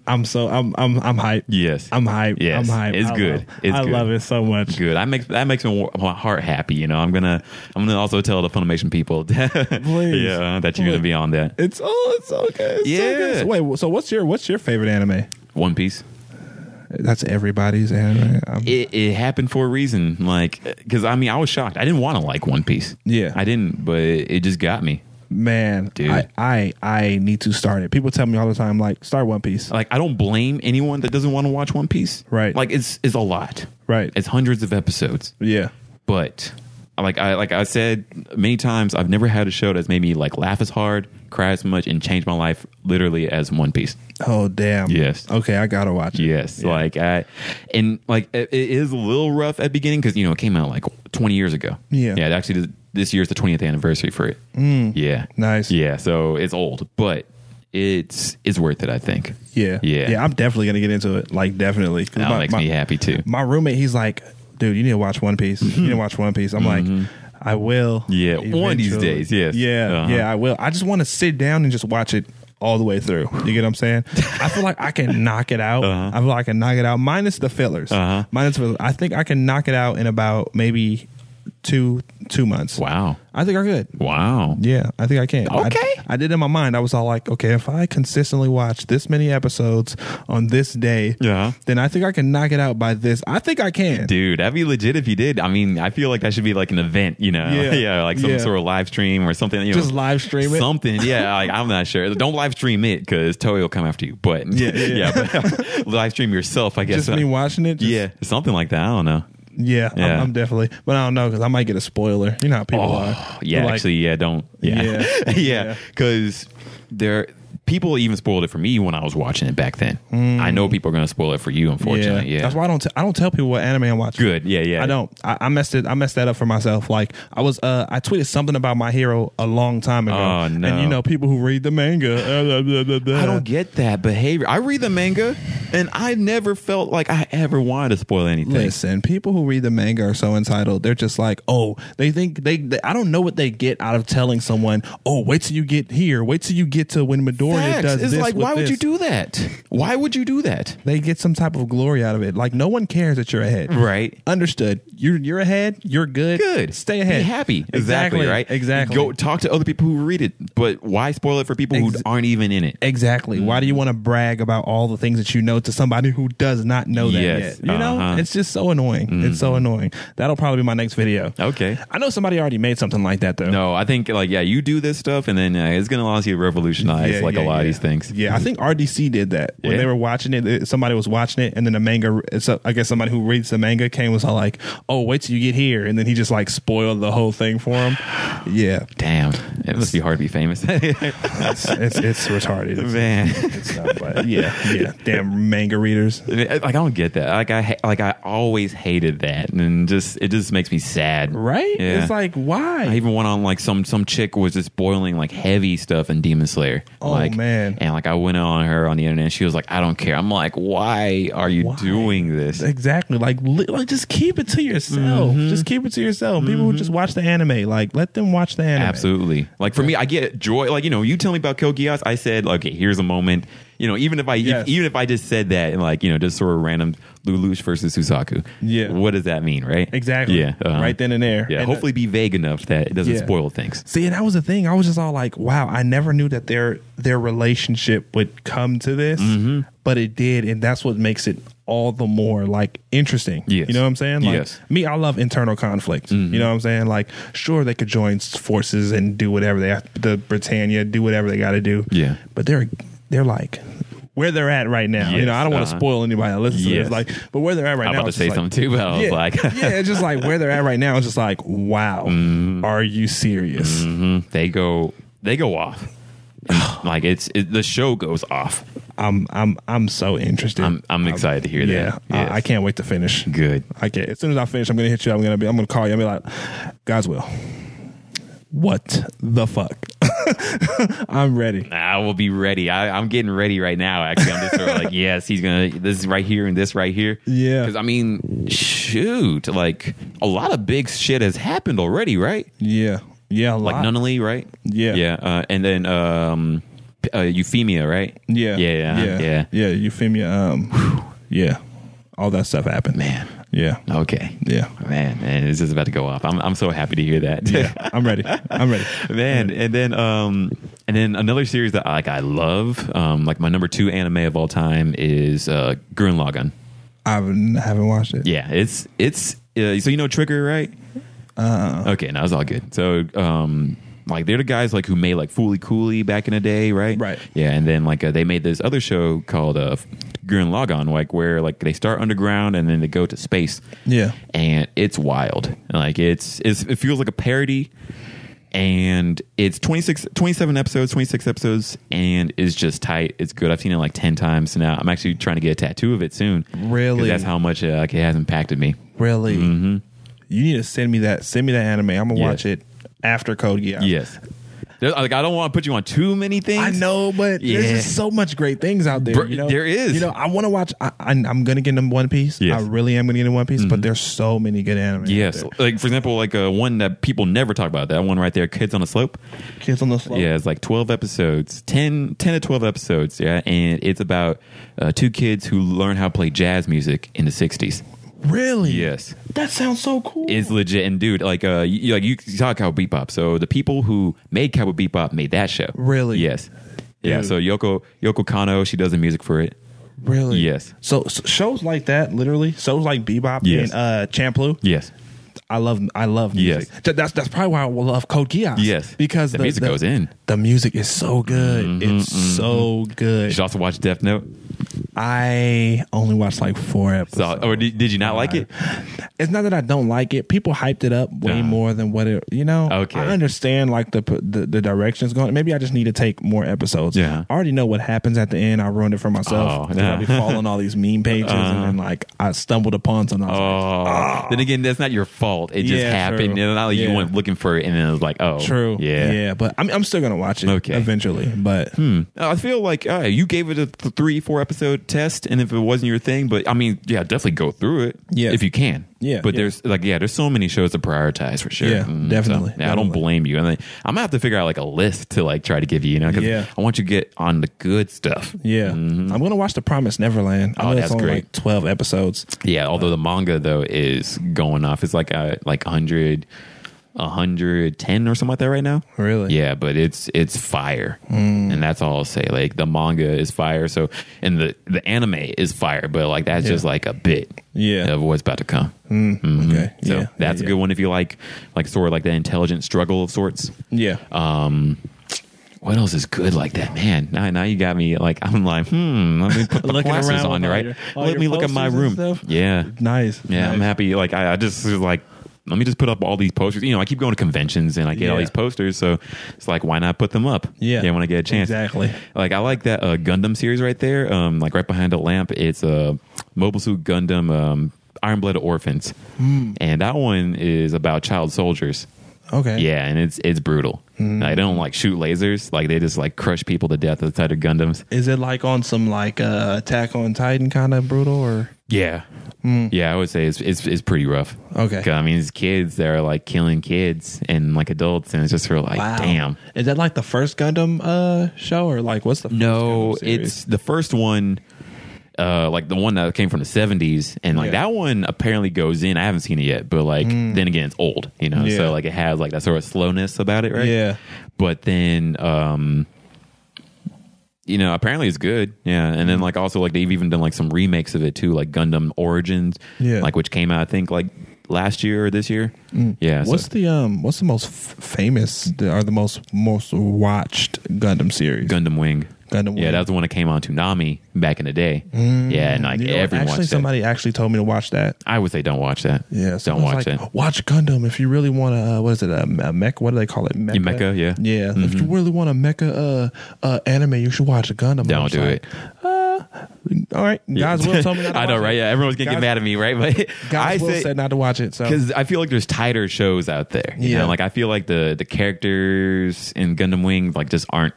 B: I'm so I'm I'm I'm hyped.
A: Mm-hmm, Yes,
B: I'm hyped.
A: Yes.
B: I'm hyped.
A: It's
B: I
A: good.
B: Love,
A: It's
B: I
A: good.
B: love it so much.
A: good. I makes that makes my, wa- my heart happy. You know, I'm gonna I'm gonna also tell the Funimation people, yeah, that you're gonna be on that
B: It's oh, it's so good. It's So good.
A: Yeah.
B: So wait, so what's your what's your favorite anime?
A: One Piece.
B: That's everybody's anime. I'm-
A: It, it happened for a reason, like because I mean I was shocked. I didn't want to like One Piece.
B: Yeah.
A: I didn't, but it, it just got me.
B: man,
A: Dude.
B: I, I I need to start it. People tell me all the time, like start One Piece.
A: Like I don't blame anyone that doesn't want to watch One Piece.
B: Right.
A: Like it's it's a lot.
B: Right.
A: It's hundreds of episodes.
B: yeah.
A: but like I like I said many times, I've never had a show that's made me like laugh as hard, cry as much, and change my life literally as One Piece.
B: Oh damn.
A: Yes.
B: Okay, I gotta watch it.
A: Yes,
B: Yeah.
A: like I, and like it, it is a little rough at the beginning because you know it came out like 20 years ago.
B: Yeah. Mm.
A: yeah. It actually, did- this year's the 20th anniversary for it. Yeah,
B: Nice.
A: Yeah, so it's old, but it's it's worth it. I think.
B: Yeah.
A: Yeah.
B: Yeah. I'm definitely gonna get into it. Like definitely. 'Cause
A: That
B: my-
A: makes
B: my-
A: me happy too.
B: my roommate, he's like, dude, you need to watch One Piece. You need to watch One Piece. I'm like, I will.
A: Mm-hmm. Yeah, one of these
B: eventually."
A: days, yes.
B: Yeah,
A: Uh-huh.
B: yeah, I will. I just want to sit down and just watch it all the way through. You get what I'm saying? I feel like I can knock it out. I feel like I can knock it out, minus the fillers.
A: Uh-huh.
B: Minus fillers. I think I can knock it out in about maybe two two months.
A: Wow,
B: I think I could.
A: wow.
B: Yeah, I think I can. I-
A: Okay.
B: I, did in my mind. I was all like, okay, if I consistently watch this many episodes on this day,
A: Yeah.
B: then I think I can knock it out by this. I think I can.
A: Dude, that'd be legit if you did. I mean, I feel like that should be like an event, you know? Yeah,
B: Yeah.
A: like some
B: Yeah.
A: sort of live stream or something. You know,
B: Just live stream it?
A: Something, yeah. Like, I'm not sure. Don't live stream it because Toei will come after you. But yeah,
B: Yeah,
A: yeah.
B: yeah.
A: but live stream yourself, I guess.
B: just me watching it. just-
A: yeah, something like that. I don't know.
B: yeah, I'm-
A: Yeah.
B: I'm, definitely. But I don't know because I might get a spoiler. You know how people
A: Oh,
B: are.
A: yeah.
B: They're like,
A: actually, yeah. Don't. Yeah,
B: Yeah.
A: yeah. Because there, people even spoiled it for me when I was watching it back then. I know people are going to spoil it for you,
B: yeah.
A: unfortunately. Yeah,
B: That's why I don't. T- I don't tell people what anime I'm watching.
A: Good. Yeah, yeah.
B: I don't. I, I messed it. I messed that up for myself. Like I was. Uh, I tweeted something about my hero a long time ago.
A: Oh, no.
B: And you know, people who read the manga. uh, blah, blah, blah, blah.
A: I don't get that behavior. I read the manga, and I never felt like I ever wanted to spoil anything.
B: Listen, people who read the manga are so entitled. They're just like, oh, they think they, they- I don't know what they get out of telling someone, oh, wait till you get here, wait till you get to when Midoriya
A: Facts.
B: does
A: It's
B: this.
A: like,
B: with
A: why would
B: this."
A: you do that? Why would you do that?
B: They get some type of glory out of it. Like no one cares that you're ahead.
A: Right.
B: Understood. You're you're ahead. You're good.
A: Good.
B: Stay ahead.
A: Be happy. Exactly. right.
B: Exactly.
A: Go talk to other people who read it, but why spoil it for people who
B: Ex-
A: aren't even in it?
B: Exactly. Why
A: Mm-hmm.
B: do you want to brag about all the things that you know to somebody who does not know that
A: Yes.
B: yet? You know,
A: Uh-huh. Mm-hmm.
B: it's just so annoying. It's so annoying. That'll probably be my next video.
A: Okay.
B: I know somebody already made something like that though.
A: No, I think like yeah, you do this stuff, and then uh, it's gonna allow you to revolutionize
B: Yeah,
A: like a
B: yeah,
A: lot of
B: yeah.
A: these things.
B: Yeah, I think RDC did that when
A: Yeah.
B: they were watching it. it- Somebody was watching it, and then the manga. So I guess somebody who reads the manga came and was all like, "Oh, wait till you get here," and then he just like spoiled the whole thing for him. Yeah,
A: Damn, it must be hard to be famous,
B: it's it's, it's retarded. It's,
A: man.
B: it's not, but yeah, yeah, damn manga readers.
A: Like I don't get that. Like I ha- like I always hated that, and just it just makes me sad.
B: Right?
A: Yeah.
B: It's like why?
A: I even went on like some some chick was just boiling like heavy stuff in Demon Slayer.
B: Oh,
A: like,
B: man.
A: And like I went on her on the internet. And she was like, "I don't care." I'm like, "Why are you
B: Why?
A: doing this?"
B: Exactly. Like, li- like, just keep it to yourself.
A: Mm-hmm.
B: Just keep it to yourself. People who just watch the anime, like, let them watch the anime.
A: Absolutely. Like for me, I get joy. Like you know, you tell me about Kill Geass, I said, "Okay, here's a moment. You know, even if I if-
B: Yes.
A: even if I just said that and like you know just sort of random Lelouch versus Susaku.
B: Yeah.
A: What does that mean, right?
B: Exactly.
A: Yeah. uh-huh.
B: Right then and there.
A: Yeah.
B: And uh,
A: hopefully, be vague enough that it doesn't
B: Yeah.
A: spoil things.
B: See, and that was the thing. I was just all like, "Wow, I never knew that their their relationship would come to this,
A: Mm-hmm.
B: but it did, and that's what makes it all the more like interesting."
A: Yes.
B: you know what I'm saying? Like,
A: Yes. Mm-hmm.
B: Me, I love internal conflict. You know what I'm saying? Like, sure, they could join forces and do whatever they have, the Britannia do whatever they got to do.
A: Yeah.
B: but they're they're like. Where they're at right now, you
A: Yes,
B: know, I don't want to
A: uh-huh.
B: spoil anybody that listens to
A: Yes.
B: this, like, but where they're at right
A: I'm
B: now,
A: about to
B: it's
A: say
B: just like-
A: something too, but I was
B: yeah,
A: like,
B: yeah, it's just like where they're at right now. It's just like, wow,
A: Mm-hmm.
B: are you serious?
A: mhm, they go they go off. And, like it's it, the show goes off.
B: I'm I'm I'm so interested.
A: I'm I'm excited to hear
B: yeah,
A: that.
B: I-
A: Yes.
B: I, can't wait to finish.
A: Good.
B: I can't. As soon as I finish, I'm gonna hit you. I'm gonna be. I'm gonna call you. I'm gonna be like, guys, will. What the fuck? I'm ready.
A: I will be ready. I, I'm getting ready right now. Actually, I'm just sort of like, yes, he's gonna. This is right here and this right here.
B: Yeah.
A: Because I mean, shoot, like a lot of big shit has happened already, right?
B: Yeah, yeah, a
A: Like
B: lot.
A: Nunnally, right?
B: Yeah.
A: yeah, uh, and then um, p- uh, Euphemia, right?
B: Yeah,
A: yeah, uh-huh. yeah,
B: yeah, yeah. Euphemia. Um, yeah, all that stuff happened.
A: Man,
B: Yeah,
A: okay,
B: yeah,
A: man, man, it's just about to go off. I'm I'm so happy to hear that.
B: yeah. I'm ready. I'm ready.
A: man and then um and then another series that like i love um like my number two anime of all time is uh gurren lagann
B: I haven't, haven't watched it.
A: yeah it's it's uh, so you know trigger right uh okay no it's all good so um like they're the guys like who made like Fooly Cooley back in the day, right?
B: Right.
A: Yeah, and then like uh, they made this other show called uh, Gurren Lagann, like where like they start underground and then they go to space
B: Yeah.
A: and it's wild. Like it's, it's it feels like a parody and it's 26 27 episodes, 26 episodes and it's just tight. It's good. I've seen it like 10 times now. I'm actually trying to get a tattoo of it soon. 'Cause
B: Really?
A: That's how much uh, like it has impacted me.
B: Really? Mm-hmm. You need to send me that. Send me that anime. I'm gonna
A: Yeah.
B: watch it after Code Geass.
A: Yes. There- like I don't want to put you on too many things.
B: I know, but there's
A: Yeah.
B: just so much great things out there.
A: Bro,
B: you know?
A: there is.
B: You know, I want to watch. I, I, I'm gonna get into One Piece.
A: Yes. Mm-hmm.
B: I really am gonna get into One Piece. But there's so many good anime. out
A: Yes.
B: there.
A: Like for example, like uh, one that people never talk about, that one right there, Kids on a Slope.
B: Kids on the Slope.
A: Yeah, it's like 12 episodes, 10, 10 to 12 episodes. Yeah. And it's about uh, two kids who learn how to play jazz music in the 60s.
B: Really?
A: Yes.
B: That sounds so cool.
A: It's legit. And dude, like, uh, you, like you saw Cowboy Bebop. So the people who made Cowboy Bebop made that show.
B: Really?
A: Yes. Yeah.
B: Dude.
A: So Yoko, Yoko Kano, she does the music for it.
B: really?
A: Yes.
B: So, so shows like that, literally shows like Bebop
A: Yes.
B: and uh, Champloo.
A: Yes.
B: I love I love music.
A: Yes.
B: Th- That's that's probably why I will love Code Geass.
A: Yes.
B: because
A: The music goes in. Mm-hmm,
B: The music is so good. it's so
A: You
B: good.
A: should also watch Death Note.
B: I only watched like four
A: So,
B: episodes.
A: or did, did you not like it?
B: it's not that I don't like it. People hyped it up way
A: Uh-huh.
B: more than what it. You know.
A: Okay.
B: I understand like the p- the, the direction it's going. Maybe I just need to take more episodes.
A: Yeah.
B: I already know what happens at the end. I ruined it for myself.
A: Oh, Uh-huh.
B: because I'll be
A: yeah.
B: following all these meme pages and then like I stumbled upon something. I was like,
A: Oh. Then again, that's not your fault. It just
B: Yeah,
A: happened.
B: true.
A: And not like you
B: Yeah.
A: went looking for it and then it was like, oh.
B: True.
A: Yeah.
B: Yeah. But I'm, I'm still gonna watch it.
A: Okay. Hmm.
B: Eventually. But
A: I feel like uh, you gave it a th- three, four episode test, and if it wasn't your thing, but I mean, yeah, definitely go through it,
B: Yeah.
A: if you can,
B: Yeah,
A: But
B: yeah.
A: there's like, yeah, there's so many shows to prioritize for sure. Mm,
B: Yeah, definitely,
A: yeah, I don't
B: definitely.
A: blame you, and like, I'm gonna have to figure out like a list to like try to give you, you know, 'cause
B: Yeah.
A: I want you to get on the good stuff.
B: yeah. I'm gonna watch The Promise Neverland. I
A: Mm-hmm. Oh,
B: know
A: that's
B: it's only
A: great.
B: like twelve episodes.
A: Yeah, although the manga though is going off, it's like uh like hundred. 110 or something like that right now
B: Really? Mm.
A: yeah but it's it's fire and that's all i'll say like the manga is fire so and the the anime is fire but like that's just like a bit
B: Yeah.
A: of what's about to come
B: Okay.
A: mm-hmm. so
B: yeah.
A: that's
B: yeah,
A: a good one if you like like sort of like the intelligent struggle of sorts
B: Yeah.
A: um what else is good like that, man? Now, now you got me. Like I'm like, hmm. Let me put the
B: Looking
A: glasses
B: around
A: on,
B: with all
A: right?
B: your- all
A: let
B: your
A: me look at my
B: posters and
A: room.
B: stuff.
A: Yeah,
B: nice.
A: yeah, I'm
B: nice.
A: happy. Like I, I just was like let me just put up all these posters. You know, I keep going to conventions and I get all
B: Yeah.
A: these posters, so it's like why not put them up?
B: Yeah.
A: when I get a chance.
B: Exactly.
A: Like I like that uh, Gundam series right there. Um, like right behind the lamp, it's a uh, Mobile Suit Gundam. Um, Iron Blooded Orphans, and that one is about child soldiers.
B: Okay.
A: Yeah, and it's it's brutal. Like, they don't like shoot lasers; like they just like crush people to death inside of Gundams.
B: Is it like on some like uh Attack on Titan kind of brutal or
A: Yeah, Yeah, I would say it's it's, it's pretty rough.
B: Okay.
A: 'Cause, I mean, these kids that are like killing kids and like adults, and it's just sort of like, damn.
B: Is that like the first Gundam uh show or like what's the first
A: No,
B: Gundam series?
A: it's the first one, uh, like the one that came from the seventies, and like
B: Yeah.
A: that
B: Mm.
A: one apparently goes in. I haven't seen it yet, but like then again, it's old, you know.
B: Yeah.
A: So like it has like that sort of slowness about it, right?
B: Yeah.
A: But then, um, you know, apparently it's good, yeah. And
B: Mm-hmm.
A: then like also like they've even done like some remakes of it too, like Gundam Origins,
B: Yeah. Mm.
A: like which came out I think like last year or this year, yeah. so-
B: What's the um what's the most f- famous or the most most watched Gundam series?
A: Gundam Wing?
B: Gundam
A: Yeah,
B: Wing. Mm.
A: that was the one that came on Toonami back in the day. yeah, and like
B: You know,
A: everyone
B: actually
A: watched that.
B: somebody actually told me to watch that.
A: I would say don't watch that.
B: Yeah,
A: don't
B: someone's
A: watch
B: like, "Oh,
A: it.
B: Watch Gundam if you really want to. Uh, what is it? A, a mecha? What do they call it? Mecha.
A: mecha, yeah. Mm-hmm.
B: yeah. If you really want a mecha uh, uh, anime, you should watch Gundam. I
A: Don't
B: was
A: do
B: like,
A: it.
B: All right, guys will told me. Not to
A: I know,
B: watch
A: right?
B: It.
A: Yeah, everyone's gonna get
B: Guys-
A: mad at me, right? But
B: Guys
A: I
B: will
A: say
B: said not to watch it. So
A: because I feel like there's tighter shows out there. You
B: Yeah.
A: know? like I feel like the the characters in Gundam Wing like just aren't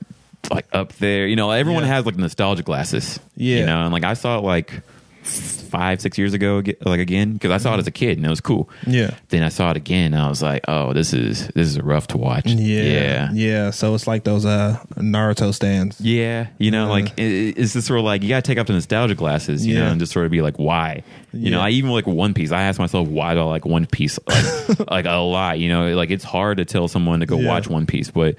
A: like up there. You know, everyone
B: Yeah.
A: has like nostalgia glasses.
B: Yeah.
A: you know, and like I saw it like five six years ago, ag- like again because I saw it as a kid and it was cool.
B: Mm-hmm. Yeah.
A: Then I saw it again and I was like, oh, this is this is rough to watch.
B: yeah,
A: yeah.
B: yeah, So it's like those uh Naruto stands.
A: Yeah, you know, like i- i- it's just sort of like you gotta take off the nostalgia glasses, you know,
B: Yeah.
A: and just sort of be like, why? You know,
B: Yeah.
A: I even like One Piece. I ask myself why do I like One Piece like, like a lot. You know, like it's hard to tell someone to go
B: Yeah.
A: watch One Piece, but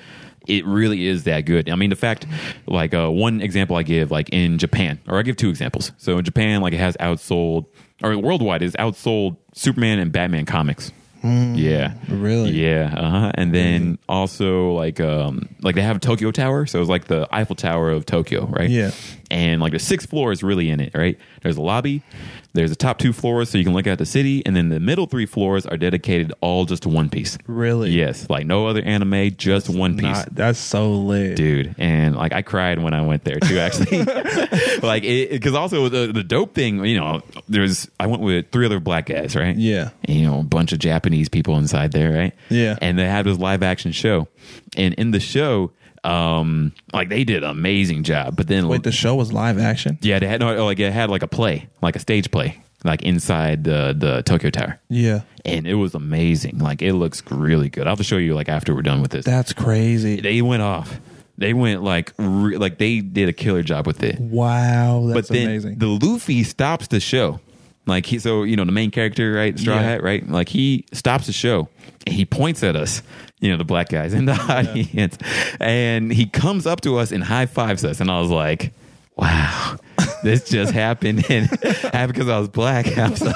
A: it really is that good. I mean, the fact, like uh, one example I give, like in Japan, or I give two examples. So in Japan, like it has outsold, or worldwide, it's outsold Superman and Batman comics. yeah,
B: Hmm. really?
A: yeah, uh-huh. and then also like um like they have Tokyo Tower, so it's like the Eiffel Tower of Tokyo, right?
B: Yeah.
A: And like the sixth floor is really in it, right? There's a lobby, there's the top two floors so you can look at the city, and then the middle three floors are dedicated all just to One Piece.
B: Really?
A: Yes, like no other anime, just One Piece
B: Nah, that's so lit.
A: dude and like i cried when i went there too actually like it because also the, the dope thing you know there's i went with three other black guys right
B: Yeah.
A: and, you know a bunch of japanese people inside there right
B: Yeah.
A: and they had this live action show and in the show um like they did an amazing job but then
B: Wait, the show was live action.
A: yeah they had no like it had like a play like a stage play like inside the the tokyo tower
B: Yeah,
A: and it was amazing like it looks really good i'll have to show you like after we're done with this
B: that's crazy.
A: they went off. They went like re- like they did a killer job with it.
B: Wow, that's
A: but then
B: amazing.
A: the Luffy stops the show. Like he so you know the main character right Straw
B: Yeah.
A: Hat right like he stops the show and he points at us you know the black guys in the audience and he comes up to us and high fives us and I was like wow this just happened and happy because I was black I'm so,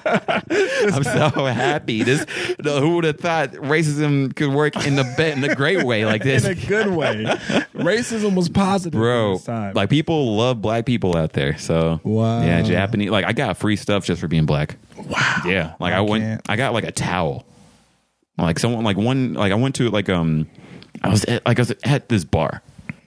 A: I'm so happy this no, who would have thought racism could work in the be- in the great way like this
B: in a good way. Racism was positive,
A: bro
B: This time.
A: like people love black people out there so
B: Wow.
A: yeah japanese like i got free stuff just for being black
B: wow.
A: yeah like i, went
B: can't.
A: i got like a towel like someone like one like i went to like um i was at, like i was at this bar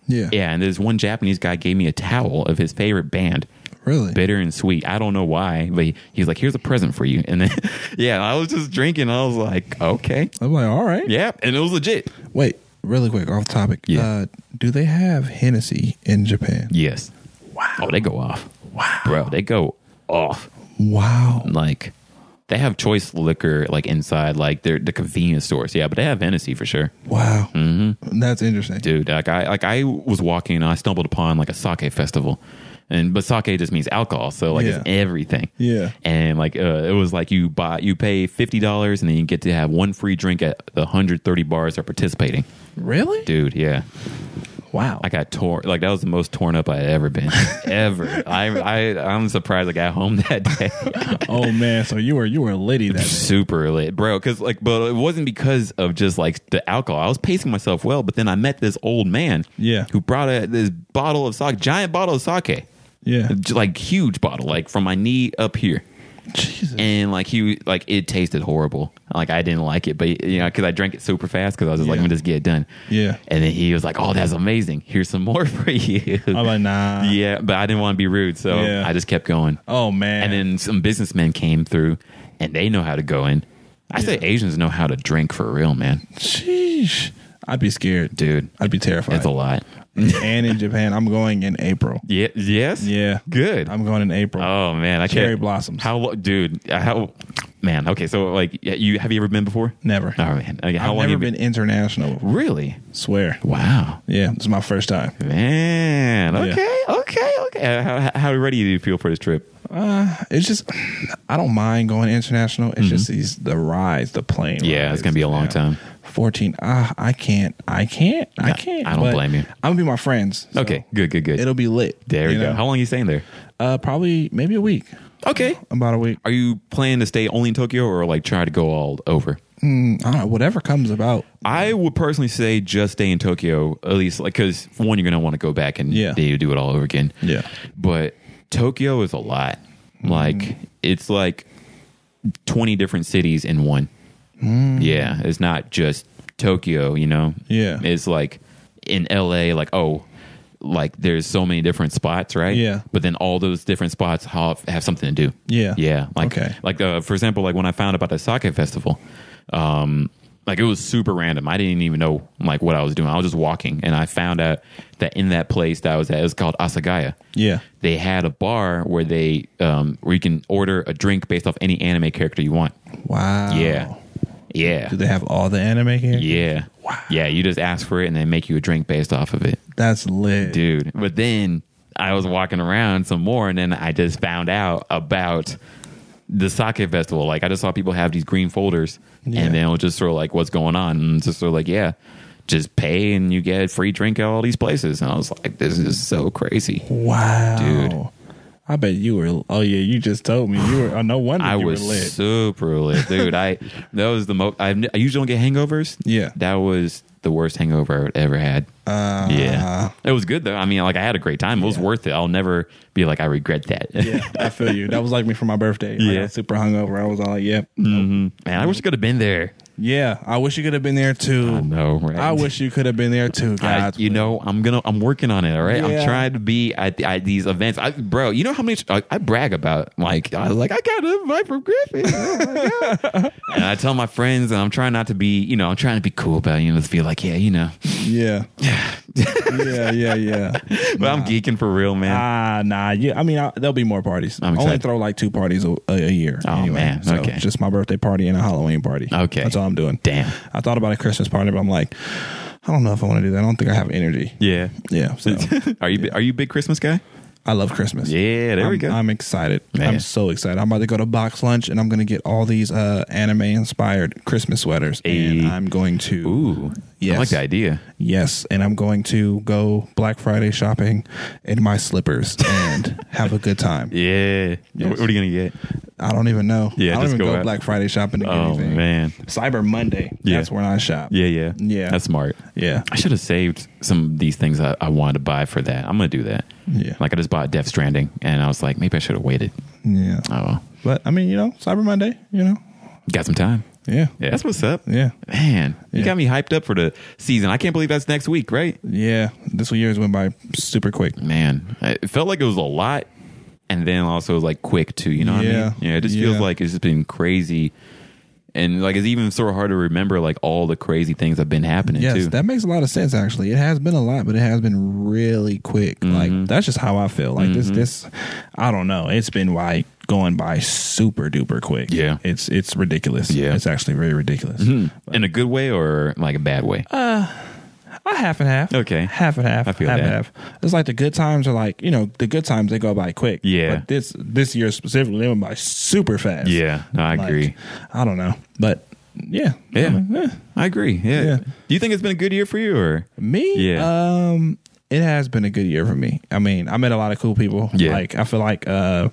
B: Yeah.
A: yeah and this one japanese guy gave me a towel of his favorite band
B: Really?
A: bitter and sweet i don't know why but he, he was like here's a present for you and then yeah i was just drinking i was like okay
B: I'm like, all right.
A: yeah and it was legit
B: Wait, really quick, off topic.
A: Yeah.
B: Uh, do they have Hennessy in Japan?
A: yes
B: Wow.
A: oh they go off
B: Wow.
A: bro they go off
B: Wow.
A: like they have choice liquor like inside like their the convenience stores yeah but they have hennessy for sure
B: Wow. Mm-hmm. That's interesting.
A: dude like i like i was walking and i stumbled upon like a sake festival and but sake just means alcohol so like it's
B: Yeah.
A: everything
B: Yeah.
A: and like uh, it was like you buy you pay $50 and then you get to have one free drink at the 130 bars that are participating
B: Really?
A: dude yeah
B: Wow.
A: i got torn like that was the most torn up i had ever been ever i i i'm surprised i got home that day
B: oh man, so you were you were litty that day.
A: super lit, bro. Because like, but it wasn't because of just like the alcohol. I was pacing myself well, but then I met this old man,
B: Yeah.
A: who brought a, this bottle of sake, giant bottle of sake,
B: Yeah.
A: J- like huge bottle, like from my knee up here.
B: Jesus.
A: And like he, like it tasted horrible. Like I didn't like it, but you know, because I drank it super fast, because I was just like,
B: Yeah.
A: let me just get it done.
B: Yeah.
A: And then he was like, "Oh, that's amazing. Here's some more for you."
B: I'm like, nah.
A: yeah, but I didn't want to be rude, so
B: Yeah.
A: I just kept going.
B: Oh man.
A: And then some businessmen came through and they know how to go in. I say Asians know how to drink for real, man.
B: sheesh. I'd be scared,
A: Dude,
B: I'd be terrified.
A: it's a lot.
B: and in Japan. I'm going in April.
A: Yeah. Yes.
B: Yeah.
A: Good.
B: I'm going in April.
A: oh man, I
B: Cherry
A: can't.
B: blossoms.
A: How, lo- dude? How, man? Okay, so like, yeah, you have you ever been before?
B: Never.
A: Oh man, okay, how
B: I've
A: long
B: never
A: you
B: been international. Before.
A: Really?
B: Swear.
A: Wow,
B: Yeah, this is my first time.
A: man.
B: Yeah.
A: Okay, okay, okay. Uh, How, how- how ready do you feel for this trip?
B: It's just I don't mind going international. It's just these the rides, the plane.
A: Mm-hmm. Yeah, it's
B: rides,
A: gonna be a long
B: yeah.
A: time.
B: Fourteen. Ah, I can't. I can't. I
A: No,
B: can't.
A: I don't
B: but
A: blame you.
B: I'm gonna be my friends. so
A: okay, good, good, good.
B: it'll be lit.
A: there we
B: you
A: go.
B: know?
A: How long are you staying there?
B: Uh, probably maybe a week.
A: Okay.
B: About a week.
A: Are you planning to stay only in Tokyo or like try to go all over?
B: I don't know. Whatever comes about.
A: I would personally say just stay in Tokyo at least, like because one, you're gonna want to go back and
B: Yeah.
A: then you do it all over again.
B: Yeah.
A: but Tokyo is a lot.
B: Mm.
A: Like it's like twenty different cities in one. Yeah, it's not just Tokyo. You know.
B: Mm. Yeah.
A: it's like in LA, like oh. Like there's so many different spots, right?
B: Yeah.
A: But then all those different spots have, have something to do.
B: Yeah.
A: Yeah. Like
B: Okay.
A: like uh, for example, like when I found out about the sake festival, um, like it was super random. I didn't even know like what I was doing. I was just walking, and I found out that in that place that I was at, it was called Asagaya.
B: Yeah.
A: They had a bar where they um, where you can order a drink based off any anime character you want.
B: Wow.
A: Yeah, yeah,
B: Do Oh. they have all the anime here?
A: yeah,
B: Wow.
A: yeah. You just ask for it, and they make you a drink based off of it
B: That's lit.
A: dude. But then I was walking around some more, and then I just found out about the sake festival. Like I just saw people have these green folders,
B: Yeah.
A: and then it was just sort of like, "What's going on?" And it's just sort of like, "Yeah, just pay and you get free drink at all these places." And I was like, "This is so crazy."
B: Wow.
A: Dude.
B: I bet you were. Oh yeah, you just told me you were. Oh, no wonder
A: I
B: you
A: was
B: were lit.
A: super lit, dude. I that was the most. I usually don't get hangovers.
B: Yeah.
A: that was the worst hangover I ever had.
B: Uh,
A: yeah, it was good though. I mean, like I had a great time. It was worth it. I'll never be like I regret that.
B: yeah, I feel you. That was like me for my birthday.
A: Yeah.
B: I was super hungover. I was all like, yep.
A: Man, I wish I could have been there.
B: Yeah, I wish you could have been there too. I
A: know, right?
B: wish you could have been there too,
A: Oh, I-
B: guys.
A: you know, I'm gonna, I'm working on it. All right, I'm
B: Yeah.
A: trying to be at, at these events, I, bro. You know how many I, I brag about? Like, I was like, I got an invite from Griffin, Oh my God. and I tell my friends, and I'm trying not to be, you know, I'm trying to be cool about, it, you know, just be like, yeah, you know,
B: Yeah. yeah, yeah, yeah.
A: but I'm geeking for real, man.
B: Ah, nah. Yeah, I mean, I, there'll be more parties.
A: I'm
B: I only
A: excited.
B: throw like two parties a, a, a year.
A: Oh, man.
B: So
A: Okay.
B: it's just my birthday party and a Halloween party.
A: Okay.
B: that's all I'm doing.
A: Damn.
B: I thought about a Christmas party, but I'm like, I don't know if I want to do that. I don't think I have energy.
A: yeah.
B: Yeah, so
A: are you are you a big Christmas guy?
B: I love Christmas.
A: Yeah, there
B: I'm,
A: we go.
B: I'm excited.
A: Man.
B: I'm so excited. I'm about to go to box lunch and I'm going to get all these uh, anime inspired Christmas sweaters.
A: Hey.
B: And I'm going to.
A: Ooh, I
B: Yes.
A: like the idea.
B: Yes. And I'm going to go Black Friday shopping in my slippers and have a good time.
A: Yeah. What, what are you gonna get?
B: I don't even know.
A: Yeah,
B: I don't
A: just
B: even
A: go
B: go,
A: out.
B: Black Friday shopping to get
A: Oh,
B: anything.
A: man.
B: Cyber Monday.
A: Yeah.
B: That's when I shop.
A: Yeah, yeah,
B: Yeah.
A: That's smart.
B: Yeah.
A: I should have saved some of these things I, I wanted to buy for that. I'm gonna do that.
B: Yeah.
A: Like I just bought Death Stranding, and I was like, maybe I should have waited.
B: Yeah.
A: Oh, well.
B: But I mean, you know, Cyber Monday, you know?
A: got some time.
B: Yeah.
A: Yeah, that's what's up.
B: Yeah.
A: man, you
B: Yeah.
A: got me hyped up for the season. I can't believe that's next week, right?
B: Yeah. This year's went by super quick.
A: Man, it felt like it was a lot, and then also it was like quick too. You know what
B: Yeah.
A: I mean? Yeah, it just feels
B: Yeah.
A: like it's just been crazy, and like it's even sort of hard to remember like all the crazy things that've been happening
B: Yes,
A: too.
B: that makes a lot of sense. Actually, it has been a lot, but it has been really quick.
A: Mm-hmm.
B: Like that's just how I feel. Like this, this, I don't know. It's been like going by super duper quick.
A: Yeah.
B: it's it's ridiculous.
A: Yeah. Mm-hmm.
B: it's actually very ridiculous.
A: in a good way or like a bad way.
B: I half and half.
A: Okay.
B: half and half.
A: I feel
B: half and
A: that.
B: half. It's like the good times are like you know the good times they go by quick.
A: Yeah.
B: but this this year specifically they went by super fast.
A: yeah, no, I
B: Like,
A: agree.
B: I don't know, but yeah,
A: Yeah,
B: I mean, eh.
A: I agree. Yeah.
B: Yeah.
A: Do you think it's been a good year for you, or
B: Me?
A: Yeah.
B: Um, it has been a good year for me. I mean, I met a lot of cool people.
A: Yeah.
B: Like I feel like uh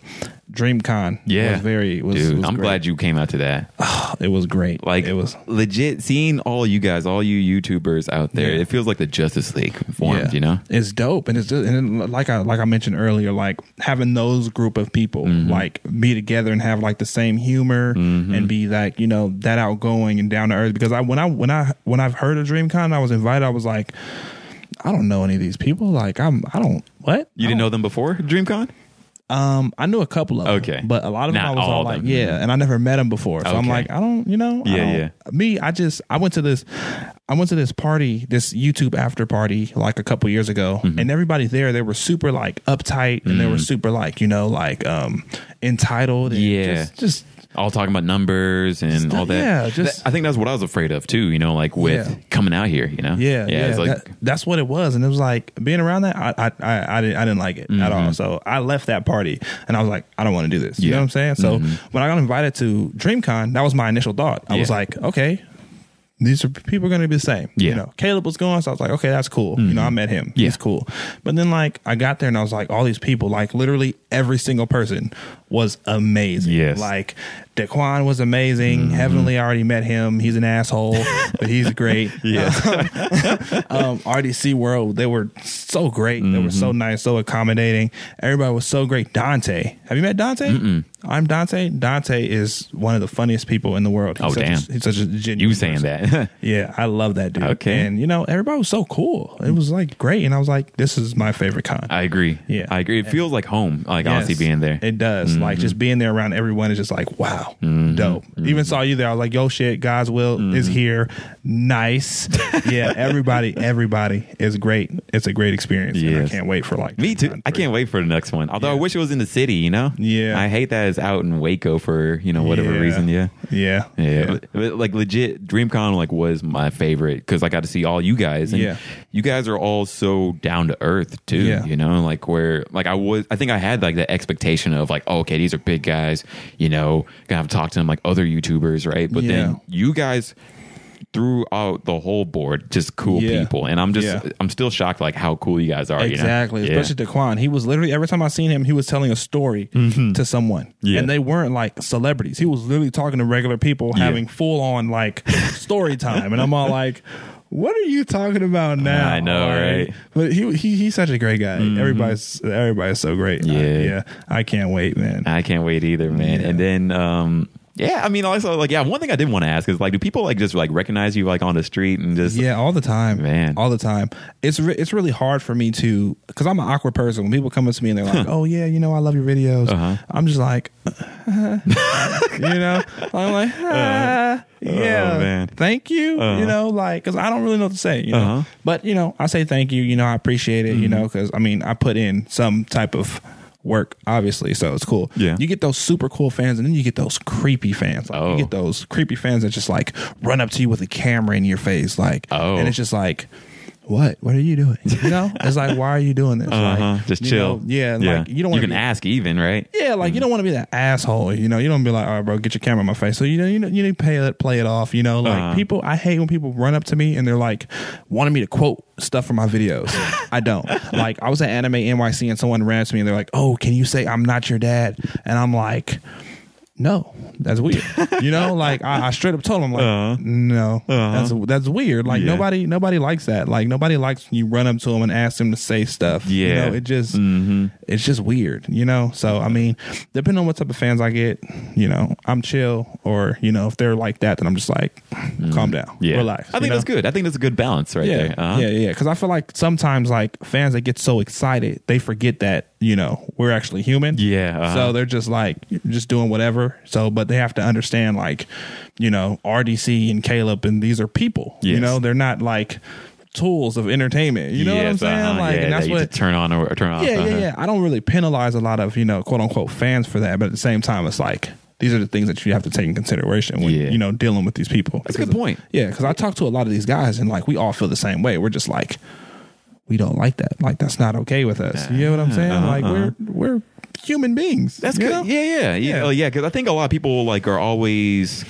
B: DreamCon
A: yeah,
B: was very was,
A: Dude,
B: was
A: I'm
B: great.
A: glad you came out to that.
B: it was great.
A: Like
B: it was
A: legit. Seeing all you guys, all you YouTubers out there,
B: Yeah.
A: it feels like the Justice League formed.
B: yeah.
A: You know?
B: It's dope and it's just, and then, like I like I mentioned earlier, like having those group of people
A: Mm-hmm.
B: like be together and have like the same humor and be like, you know, that outgoing and down to earth. Because I when I when I when I've heard of DreamCon I was invited, I was like, I don't know any of these people. Like I'm I don't
A: You
B: what? I
A: didn't
B: don't-
A: know them before DreamCon?
B: Um, I knew a couple of them.
A: Okay.
B: but a lot of them
A: Not
B: I was
A: all
B: all
A: of
B: like,
A: them.
B: yeah, and I never met them before, so I'm
A: Okay.
B: like, I don't, you know, I
A: Yeah,
B: don't-
A: yeah.
B: Me, I just I went to this. I went to this party, this YouTube after party, like a couple years ago,
A: Mm-hmm.
B: and everybody there, they were super like uptight and they
A: Mm.
B: were super like, you know, like um entitled. And
A: Yeah.
B: Just, just
A: all talking about numbers and
B: Just, uh,
A: all that.
B: yeah, just-
A: That- I think that's what I was afraid of too. You know, like with
B: Yeah.
A: coming out here. You know,
B: yeah, yeah.
A: yeah. It's like
B: that- that's what it was, and it was like being around that. I, I, I, I didn't, I didn't like it at all. So I left that party, and I was like, I don't want to do this. You
A: Mm-hmm. Yeah. Mm-hmm.
B: know what I'm saying? So when I got invited to DreamCon, that was my initial thought. I was
A: Yeah.
B: like, okay, these are people are going to be the same.
A: Yeah. Mm-hmm.
B: You know, Caleb was going, so I was like, okay, that's cool. You know, I met him.
A: Yeah.
B: He's cool. But then like I got there and I was like, all these people, like literally every single person was amazing.
A: Yes. Mm-hmm.
B: Like Daquan was amazing. Heavenly, I already met him. He's an asshole, but he's great. Uh, yeah. um, RDC World, they were so great. They were
A: Mm-hmm.
B: so nice, so accommodating. Everybody was so great. Dante, have you met Dante? I'm Dante. Dante is one of the funniest people in the world. He's
A: Oh,
B: such a-
A: damn.
B: he's such a genuine
A: you saying
B: person.
A: that.
B: Yeah, I love that dude.
A: Okay.
B: And you know, everybody was so cool. It was like great. And I was like, this is my favorite con.
A: I agree.
B: Yeah.
A: I agree. It feels like home. Like
B: Yes,
A: honestly, being there. Mm-hmm.
B: It does. Like just being there around everyone is just like, wow, dope. Even saw you there. I was like, yo shit, God's will is
A: Mm-hmm.
B: here. Nice. yeah, everybody, everybody is great. It's a great experience. And I
A: Yes.
B: can't wait for like
A: Me too.
B: DreamCon
A: I
B: three.
A: can't wait for the next one. Although I
B: Yeah.
A: wish it was in the city. You know.
B: Yeah.
A: I hate that it's out in Waco for you know whatever
B: Yeah.
A: reason. Yeah.
B: Yeah.
A: Yeah, But, but, like legit, DreamCon like was my favorite because I got to see all you guys, and
B: Yeah.
A: you guys are all so down to earth too.
B: Yeah.
A: You know, like where like I was, I think I had like the expectation of like, oh, okay, these are big guys, you know, gonna have to talk to them like other YouTubers, right? But
B: Yeah.
A: then you guys throughout the whole board, just cool
B: Yeah.
A: people, and I'm just
B: Yeah.
A: I'm still shocked like how cool you guys are.
B: Exactly,
A: you know? Yeah.
B: especially Daquan. He was literally every time I seen him, he was telling a story to someone,
A: Mm-hmm. Yeah.
B: and they weren't like celebrities. He was literally talking to regular people,
A: Yeah.
B: having full on like story time, and I'm all like. What are you talking about now?
A: I know,
B: Like,
A: right? Mm-hmm.
B: But he, he he's such a great guy. Everybody's everybody's so great. I-
A: Yeah.
B: yeah. I can't wait, man.
A: I can't wait either, man.
B: Yeah.
A: And then um yeah, I mean also like yeah, one thing I did want to ask is like do people like just like recognize you like on the street and just
B: Yeah, all the time,
A: Man.
B: All the time. It's re- it's really hard for me to because I'm an awkward person. When people come up to me and they're like, "Oh yeah, you know, I love your videos,"
A: Uh-huh.
B: I'm just like, you know, I'm like, "Ah, yeah,
A: Uh-huh. Oh, man.
B: thank you,
A: Uh-huh.
B: you know, like because I don't really know what to say, you know.
A: Uh-huh. Mm-hmm.
B: But you know, I say thank you, you know, I appreciate it, you know, because I mean, I put in some type of work obviously so it's cool
A: Yeah.
B: you get those super cool fans and then you get those creepy fans like
A: Oh.
B: you get those creepy fans that just like run up to you with a camera in your face like
A: Oh.
B: and it's just like, what? What are you doing? You know, it's like, why are you doing this?
A: uh-huh,
B: Like,
A: just
B: you
A: chill.
B: know, yeah, and, Like you don't
A: You
B: want
A: can
B: to.
A: ask even, right?
B: Yeah, like you don't want to be that asshole. You know, you don't be like, all right, bro, get your camera in my face. So you know, you know, you need to pay it, play it off. You know, like
A: Uh-huh.
B: people, I hate when people run up to me and they're like, wanting me to quote stuff from my videos. I don't. Like I was at Anime NYC and someone ran up to me and they're like, oh, can you say I'm not your dad? And I'm like. No, that's weird. You know, like I, I straight up told him, like,
A: Uh-huh.
B: no,
A: Uh-huh.
B: that's that's weird. Like
A: Yeah.
B: nobody, nobody likes that. Like nobody likes when you run up to them and ask them to say stuff. you
A: Yeah. Mm-hmm.
B: know, it just it's just weird, you know. So I mean, depending on what type of fans I get, you know, I'm chill, or you know, if they're like that, then I'm just like, calm down,
A: Mm-hmm. Yeah.
B: relax.
A: I think
B: you know?
A: that's good. I think that's a good balance right
B: Yeah,
A: there. Uh-huh.
B: yeah, yeah. Because I feel like sometimes like fans that get so excited, they forget that you know we're actually human.
A: Yeah, uh-huh.
B: So they're just like just doing whatever. So, but they have to understand like, you know, RDC and Caleb and these are people. You
A: Yes.
B: know, they're not like tools of entertainment. You know what I'm
A: Yes,
B: saying?
A: uh-huh,
B: Like,
A: yeah,
B: and that's
A: that you
B: what
A: just turn on or, or turn off.
B: yeah,
A: uh-huh.
B: yeah, yeah. I don't really penalize a lot of you know quote unquote fans for that, but at the same time, it's like these are the things that you have to take in consideration when
A: Yeah.
B: you know dealing with these people.
A: That's a good point.
B: Yeah, because I talk to a lot of these guys, and like we all feel the same way. We're just like, we don't like that. Like that's not okay with us. You know what I'm saying? like we're we're human beings.
A: Uh-huh. That's
B: you
A: good.
B: know?
A: Yeah, yeah, yeah,
B: Yeah.
A: Oh, yeah. Because I think a lot of people like are always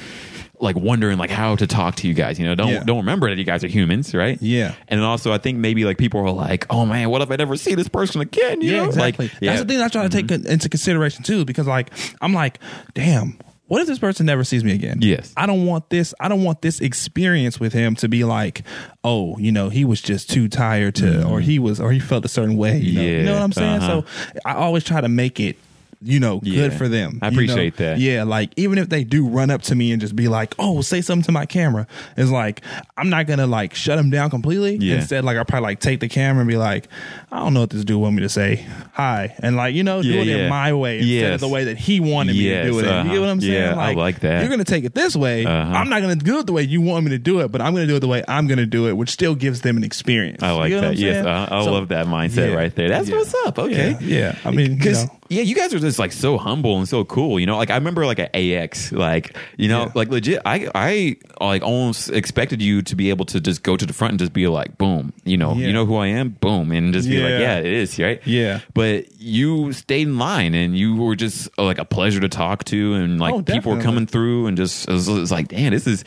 A: like wondering like how to talk to you guys. You know, don't
B: Yeah.
A: don't remember that you guys are humans, right?
B: Yeah.
A: And also, I think maybe like people are like, oh man, what if I never see this person again? You
B: yeah,
A: know?
B: exactly.
A: Like, yeah. Mm-hmm.
B: That's the thing I try to take into consideration too, because like I'm like, damn, what if this person never sees me again?
A: Yes.
B: I don't want this. I don't want this experience with him to be like, oh, you know, he was just too tired to, or he was, or he felt a certain way. You know, you
A: Mm-hmm. Yeah,
B: know what I'm saying?
A: uh-huh.
B: So I always try to make it you know, good
A: Yeah.
B: for them.
A: I
B: you know?
A: appreciate that.
B: Yeah, like even if they do run up to me and just be like, "Oh, say something to my camera," it's like I'm not gonna like shut them down completely.
A: Yeah.
B: Instead, like I will probably like take the camera and be like, "I don't know what this dude want me to say. Hi," and like you know, do
A: Yeah,
B: it
A: yeah.
B: in my way instead
A: Yes.
B: of the way that he wanted me
A: Yes,
B: to do it.
A: uh-huh.
B: You get what I'm saying?
A: Yeah, I like that.
B: You're gonna take it this way.
A: Uh-huh.
B: I'm not gonna do it the way you want me to do it, but I'm gonna do it the way I'm gonna do it, which still gives them an experience.
A: I like
B: You get
A: that.
B: what I'm
A: Yes,
B: saying?
A: I, I
B: So-
A: love that mindset
B: Yeah.
A: right there. That's
B: Yeah.
A: what's up. Okay.
B: Yeah. Yeah. I mean, you
A: because
B: know.
A: yeah, you guys are just like so humble and so cool. You know, like I remember like at AX, like you know,
B: Yeah.
A: like legit. I I like almost expected you to be able to just go to the front and just be like, boom. You know,
B: Yeah.
A: you know who I am. Boom, and just be like,
B: Yeah.
A: yeah, it is right.
B: Yeah.
A: But you stayed in line, and you were just uh, like a pleasure to talk to, and like
B: Oh,
A: people were
B: definitely.
A: coming through, and just it was, it was like, damn, this is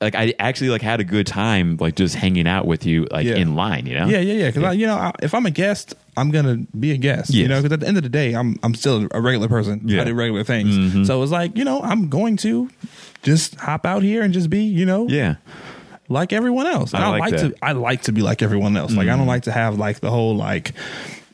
A: like I actually like had a good time, like just hanging out with you, like
B: Yeah.
A: in line. You know.
B: Yeah, yeah, yeah. Because you know, I, if I'm a guest, I'm gonna be a guest. You
A: Yes.
B: know, because at the end of the day, I'm I'm still a regular person.
A: Yeah. Mm-hmm.
B: I do regular things. So it's like you know, I'm going to just hop out here and just be you know
A: Yeah.
B: like everyone else. And
A: I
B: I,
A: like
B: like,
A: that. Mm-hmm.
B: to I like to be like everyone else. Like I don't like to have like the whole like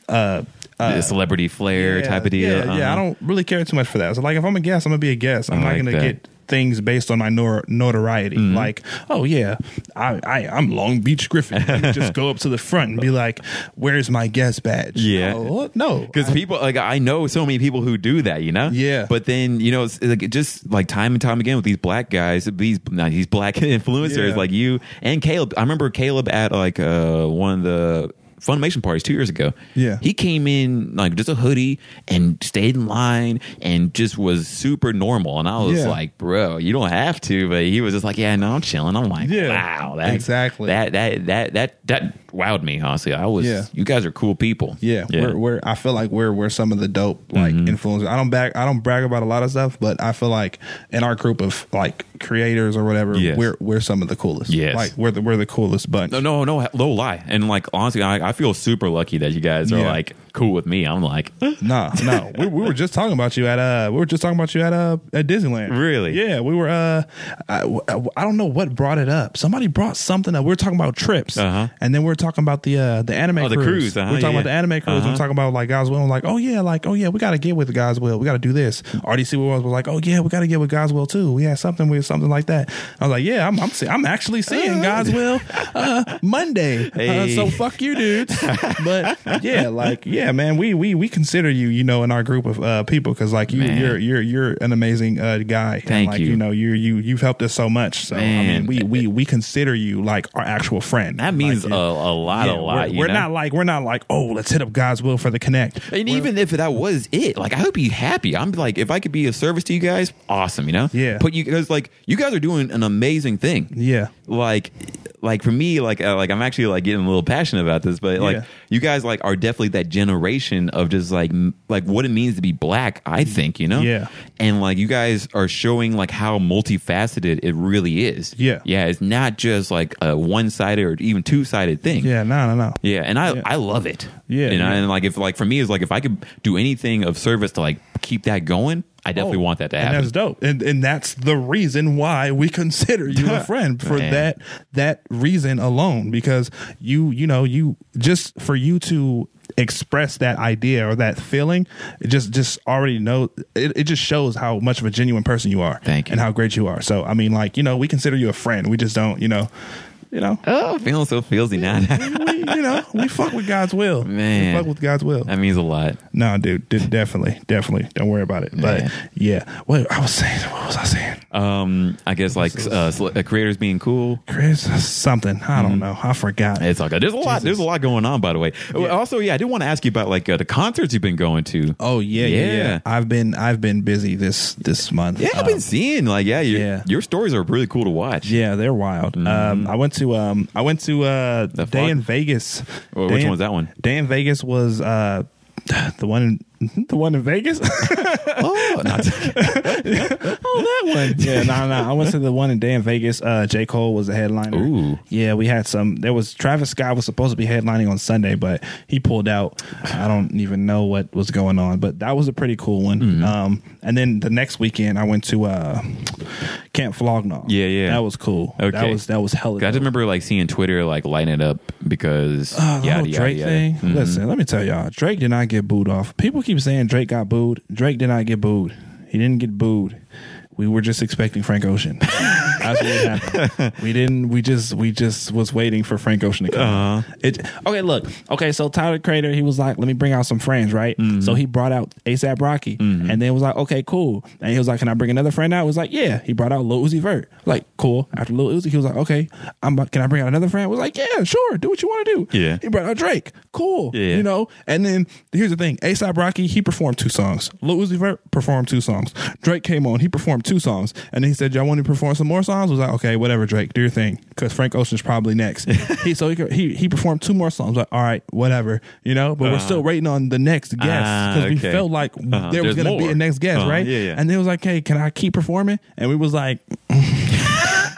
B: uh
A: the celebrity flair
B: yeah,
A: type of deal.
B: Yeah,
A: Uh-huh.
B: yeah, I don't really care too much for that. So like, if I'm a guest, I'm gonna be a guest. I'm
A: I
B: not
A: like
B: gonna
A: that. Mm-hmm.
B: get things based on my nor- notoriety. Like, oh yeah, I, I I'm Long Beach Griffin. You just go up to the front and be like, "Where's my guest badge?"
A: Yeah.
B: Oh, what? no,
A: because people like I know so many people who do that, you know.
B: Yeah.
A: But then you know, it's, it's like just like time and time again with these black guys, these not these black influencers
B: Yeah.
A: like you and Caleb. I remember Caleb at like uh, one of the Funimation parties two years ago.
B: Yeah.
A: he came in like just a hoodie and stayed in line and just was super normal. And I was
B: Yeah.
A: like, bro, you don't have to. But he was just like, yeah, no, I'm chilling. I'm like,
B: Yeah.
A: wow, that,
B: Exactly.
A: That that that that that wowed me honestly. I was,
B: Yeah.
A: you guys are cool people.
B: Yeah, We're, we're I feel like we're we're some of the dope like
A: Mm-hmm.
B: influencers. I don't back I don't brag about a lot of stuff, but I feel like in our group of like creators or whatever,
A: Yes.
B: we're we're some of the coolest.
A: Yes.
B: like we're the we're the coolest bunch.
A: No, Uh, no, no, no lie. And like honestly, I, I feel super lucky that you guys are
B: Yeah.
A: like cool with me. I'm like,
B: No, no. we, we were just talking about you at uh we were just talking about you at uh at Disneyland.
A: Really?
B: Yeah, we were uh I, I don't know what brought it up. Somebody brought something up. We were talking about trips.
A: Uh-huh.
B: And then we were talking about the uh the anime
A: Oh, the
B: cruise.
A: cruise, uh-huh,
B: we were talking
A: yeah.
B: about the anime cruise. We
A: Uh-huh.
B: were talking about like God's will. I'm like, "Oh yeah, like oh yeah, we got to get with God's will. We got to do this." RDC was was like, "Oh yeah, we got to get with God's will too. We had something with something like that." I was like, "Yeah, I'm I'm, see- I'm actually seeing God's will uh Monday."
A: Uh-huh. Hey.
B: Uh, so fuck you dudes but yeah like yeah man we we we consider you you know in our group of uh people because like you
A: Man.
B: you're you're you're an amazing uh guy And,
A: Thank
B: like,
A: you.
B: you know you you you've helped us so much so
A: Man.
B: i mean we we we consider you like our actual friend
A: that means
B: Like,
A: a,
B: yeah.
A: a lot,
B: Yeah,
A: a lot.
B: we're,
A: you
B: we're
A: know?
B: not like we're not like oh let's hit up god's will for the connect
A: And even if that was it, like I hope you happy. I'm like, if I could be of service to you guys, awesome. You know,
B: Yeah.
A: But you guys, like, you guys are doing an amazing thing.
B: yeah
A: like like for me like uh, like I'm actually like getting a little passionate about this but like
B: Yeah.
A: you guys like are definitely that generation of just like m- like what it means to be black I think you know
B: Yeah.
A: and like you guys are showing like how multifaceted it really is
B: Yeah.
A: yeah it's not just like a one sided or even two sided thing
B: yeah no no no
A: yeah, and I I love it.
B: Yeah,
A: and, I,
B: yeah.
A: and like if like for me is like if I could do anything of service to like keep that going, I definitely want that to happen.
B: Oh. And that's dope. And and that's the reason why we consider you a friend for
A: Man.
B: that that reason alone because you you know you just for you to express that idea or that feeling it just just already know it, it just shows how much of a genuine person you are
A: Thank you.
B: and how great you are so i mean like you know we consider you a friend we just don't you know you know
A: oh, feeling so feelsy now.
B: we, you know we fuck with god's will
A: Man.
B: we fuck with god's will
A: that means a lot.
B: no, dude, d- definitely, definitely. Don't worry about it.
A: Man.
B: But yeah, what I was saying, what was I saying?
A: um i guess like uh, sl- uh, creators being cool
B: Chris, something. I
A: Mm-hmm.
B: don't know. I forgot.
A: it's like there's a lot there's a lot going on by the way Uh, also yeah i did want to ask you about like uh, the concerts you've been going to
B: oh yeah, yeah,
A: Yeah.
B: yeah, I've been I've been busy this this month.
A: yeah i've
B: Um,
A: been seeing like yeah, your
B: yeah.
A: your stories are really cool to watch
B: yeah, they're wild. Um, I went to um, I went to uh,
A: Mm-hmm. The
B: Day
A: Fog-
B: in Vegas.
A: Well,
B: Day
A: which
B: in-
A: one was that one?
B: Day in Vegas was uh, the one in the one in Vegas.
A: oh not
B: oh, that one. Yeah, no, no. I went to the one in Day in Vegas. Uh, J. Cole was the headliner.
A: Ooh.
B: Yeah, we had some. There was Travis Scott was supposed to be headlining on Sunday, but he pulled out. I don't even know what was going on, but that was a pretty cool one.
A: Mm-hmm.
B: Um, and then the next weekend, I went to uh, Camp Flognaw.
A: Yeah, yeah.
B: That was cool.
A: Okay.
B: That was that was hella.
A: i just
B: dope.
A: remember like seeing twitter like lighting it up because
B: Uh, the
A: yada,
B: whole
A: yada,
B: Drake
A: yada. Mm-hmm.
B: thing. Listen, let me tell y'all, Drake did not get booed off. People keep keep saying Drake got booed. Drake did not get booed. He didn't get booed. We were just expecting Frank Ocean. That's what happened. We didn't. We just. We just was waiting for Frank Ocean to come.
A: Uh-huh.
B: It. Okay. Look. Okay. So Tyler Crater, he was like, "Let me bring out some friends, right?"
A: Mm-hmm.
B: So he brought out ASAP Rocky, and then was like, "Okay, cool." And he was like, "Can I bring another friend out?" It was like, "Yeah." He brought out Lil Uzi Vert. Like, cool. After Lil Uzi, he was like, "Okay, I'm. Can I bring out another friend?" I was like, "Yeah, sure. Do what you want to do."
A: Yeah.
B: He brought out Drake. Cool.
A: Yeah.
B: You know know? And then here's the thing: ASAP Rocky he performed two songs. Lil Uzi Vert performed two songs. Drake came on, he performed two songs, and then he said, "Y'all want to perform some more songs?" I was like, "Okay, whatever, Drake, do your thing," because Frank Ocean's probably next. he so he, he he performed two more songs. Like, all right, whatever, you know. But we're still waiting on the next guest because
A: Uh-huh. Ah,
B: we
A: okay.
B: felt like
A: Uh-huh.
B: there was
A: There's
B: gonna be
A: more.
B: a next guest,
A: Uh-huh.
B: right?
A: Yeah, yeah.
B: And they was like, "Hey, can I keep performing?" And we was like.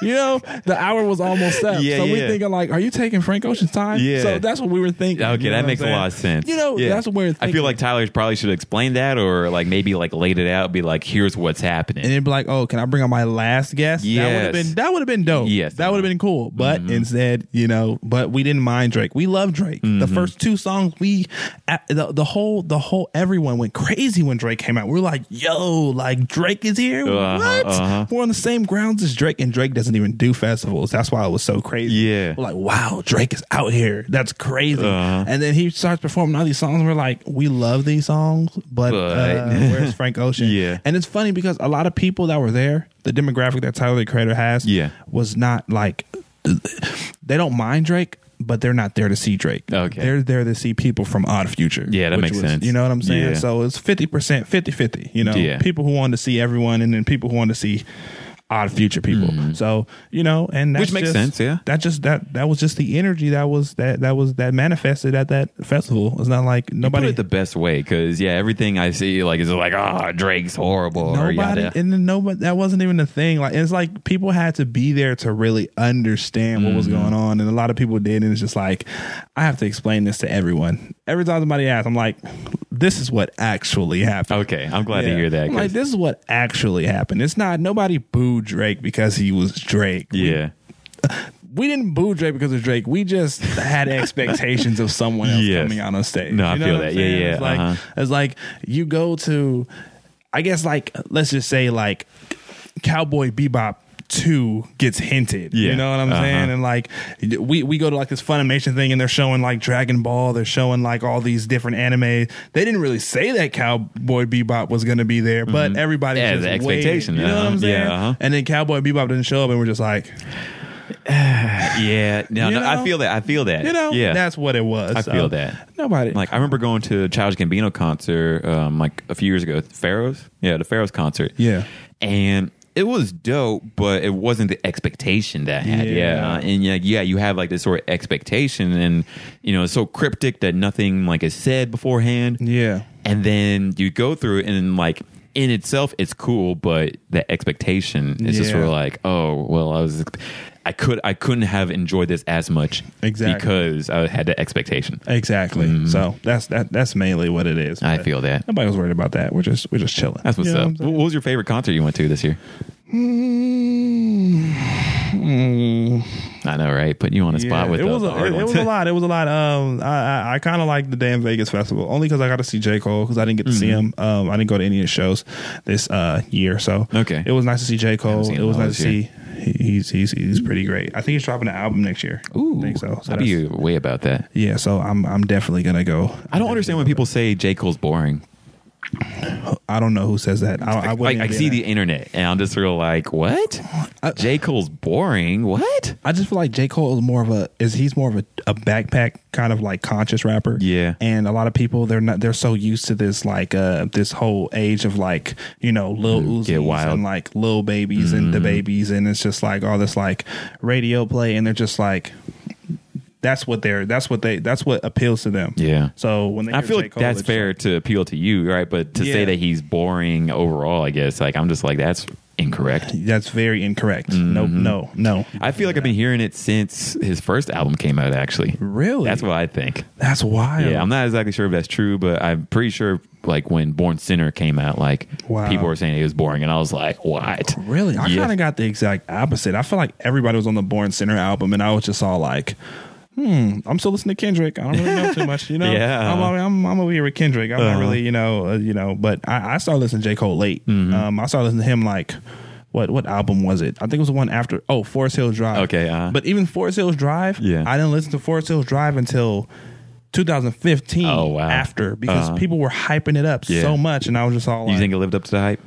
B: You know, the hour was almost up.
A: Yeah,
B: so we
A: yeah.
B: thinking like, are you taking Frank Ocean's time?
A: Yeah.
B: So that's what we were thinking.
A: Okay,
B: You know
A: that
B: what I'm
A: makes a
B: saying?
A: lot of sense.
B: You know,
A: Yeah.
B: that's what we're thinking.
A: I feel like Tyler probably should explain that, or like maybe like laid it out, be like, "Here's what's happening."
B: and it'd be like, oh, can I bring on my last guest? That would have
A: Yes.
B: been that would have been dope.
A: Yes. Mm-hmm.
B: That would have been cool. But instead, you know, but we didn't mind Drake. We love Drake.
A: Mm-hmm.
B: The first two songs, we a- the, the whole the whole everyone went crazy when Drake came out. We are like, yo, like Drake is here.
A: Uh-huh,
B: what?
A: uh-huh.
B: We're on the same grounds as Drake, and Drake doesn't even do festivals. That's why it was so crazy.
A: Yeah.
B: We're like, wow, Drake is out here. That's crazy.
A: Uh-huh.
B: And then he starts performing all these songs. and we're like, we love these songs, but, uh,
A: But-
B: where's Frank Ocean?
A: Yeah.
B: And it's funny because a lot of people that were there, the demographic that Tyler the Creator has,
A: Yeah.
B: was not like they don't mind Drake, but they're not there to see Drake.
A: Okay.
B: They're there to see people from Odd Future.
A: Yeah, that
B: which
A: makes
B: was-
A: sense.
B: You know what I'm saying?
A: Yeah.
B: So it's 50%, 50 50. You know,
A: Yeah.
B: people who wanted to see everyone and then people who wanted to see Odd Future people. So, you know, and that's
A: Mm-hmm. Which makes
B: just-
A: sense, yeah.
B: That just that that was just the energy that was that that was that manifested at that festival. It's not like
A: Put
B: nobody
A: it the best way, because yeah, everything I see like is like, "Ah, Drake's horrible." or
B: nobody
A: yada.
B: and then nobody that wasn't even a thing like it's like people had to be there to really understand what
A: Mm-hmm.
B: was going on and a lot of people did and it's just like i have to explain this to everyone every time somebody asks i'm like this is what actually happened
A: Okay, I'm glad to
B: Yeah.
A: hear that.
B: I'm like
A: 'cause-
B: this is what actually happened it's not nobody booed drake because he was drake We-
A: yeah,
B: we, didn't boo drake because of drake we just had expectations of someone else
A: Yes.
B: coming out on stage
A: No, I feel
B: what
A: that.
B: I'm
A: Yeah,
B: saying?
A: yeah,
B: It's like,
A: uh-huh.
B: it's like you go to, I guess, like let's just say like Cowboy Bebop. Two gets hinted,
A: Yeah,
B: you know what I'm
A: uh-huh.
B: saying, and like we we go to like this Funimation thing, and they're showing like Dragon Ball, they're showing like all these different anime. They didn't really say that Cowboy Bebop was going to be there,
A: Mm-hmm.
B: but everybody
A: Yeah,
B: just
A: the
B: waited,
A: expectation,
B: you know what
A: uh-huh,
B: I'm saying?
A: yeah, uh-huh.
B: And then Cowboy Bebop didn't show up, and we're just like,
A: yeah. No,
B: You
A: no, I
B: know?
A: feel that. I feel that.
B: you know,
A: yeah.
B: that's what it was.
A: I
B: So,
A: feel that.
B: nobody
A: Like I remember going to a Childish Gambino concert um, like a few years ago. Pharaohs, yeah, the Pharaohs concert.
B: Yeah.
A: and it was dope, but it wasn't the expectation that I had. Yeah,
B: Yeah.
A: and yeah, yeah, you have like this sort of expectation, and you know, it's so cryptic that nothing like is said beforehand.
B: yeah,
A: and then you go through it, and like. In itself, it's cool, but the expectation is just
B: Yeah.
A: sort of like, oh, well, I was, I could, I couldn't have enjoyed this as much
B: Exactly.
A: because I had the expectation.
B: exactly. So that's that that's mainly what it is.
A: Mm-hmm. I
B: But
A: feel that.
B: Nobody was worried about that. We're just we're just chilling.
A: That's what's
B: You know
A: up.
B: what
A: What, was your favorite concert you went to this year?
B: Mm.
A: I know, right? Putting you on the spot
B: Yeah,
A: with
B: it
A: the,
B: was a,
A: the hard
B: it, it
A: ones.
B: was a lot. It was a lot. Um, I I, I kind of like the damn Vegas festival only because I got to see J Cole because I didn't get to see him.
A: Mm-hmm.
B: Um, I didn't go to any of his shows this uh year. So
A: Okay.
B: it was nice to see J Cole.
A: seen
B: It
A: him
B: was
A: all
B: nice to
A: this year.
B: see. he- He's he's he's pretty great. I think he's dropping an album next year.
A: Ooh,
B: I think so. so
A: I'd be
B: that's-
A: way about that.
B: yeah. So I'm I'm definitely gonna go.
A: I don't understand when people say J Cole's boring.
B: I don't know who says that. I, I
A: Like
B: wouldn't.
A: I
B: even- Uh,
A: see the internet, and I'm just real like, what? J Cole's boring? What?
B: I just feel like J. Cole is more of a is he's more of a, a backpack kind of like conscious rapper.
A: Yeah.
B: And a lot of people they're not they're so used to this like uh this whole age of like, you know, Lil
A: Mm, get
B: Uzis
A: wild. Mm-hmm.
B: and like Lil Babies and the babies and it's just like all this like radio play and they're just like that's what they're that's what they that's what appeals to them.
A: Yeah.
B: So when they
A: I
B: hear
A: feel
B: J.
A: like
B: Cole,
A: that's
B: it's just
A: fair to appeal to you, right? But to say
B: Yeah.
A: that he's boring overall, I guess, like I'm just like that's incorrect.
B: like, That's very incorrect. No,
A: Mm-hmm.
B: no, no.
A: I feel like I've been hearing it since his first album came out. Actually,
B: Really?
A: that's what I think.
B: That's wild.
A: Yeah, I'm not exactly sure if that's true, but I'm pretty sure like when Born Sinner came out, like
B: Wow.
A: people were saying it was boring, and I was like, what?
B: Oh, Really? I
A: Yeah.
B: kind of got the exact opposite. I feel like everybody was on the Born Center album, and I was just all like, hmm, I'm still listening to Kendrick. I don't really know too much, you know.
A: Yeah.
B: I'm, I'm, I'm over here with Kendrick. I'm
A: Uh-huh.
B: not really, you know, uh, you know. But I, I started listening to J Cole late.
A: Mm-hmm.
B: Um, I started listening to him like. What, what album was it? I think it was the one after. Oh, Forest Hills Drive.
A: Okay, uh-huh.
B: but even Forest Hills Drive,
A: Yeah.
B: I didn't listen to Forest Hills Drive until 2015.
A: Oh, wow.
B: After because
A: Uh-huh.
B: people were hyping it up
A: Yeah.
B: so much, and I was just all like,
A: You think it lived up to the hype?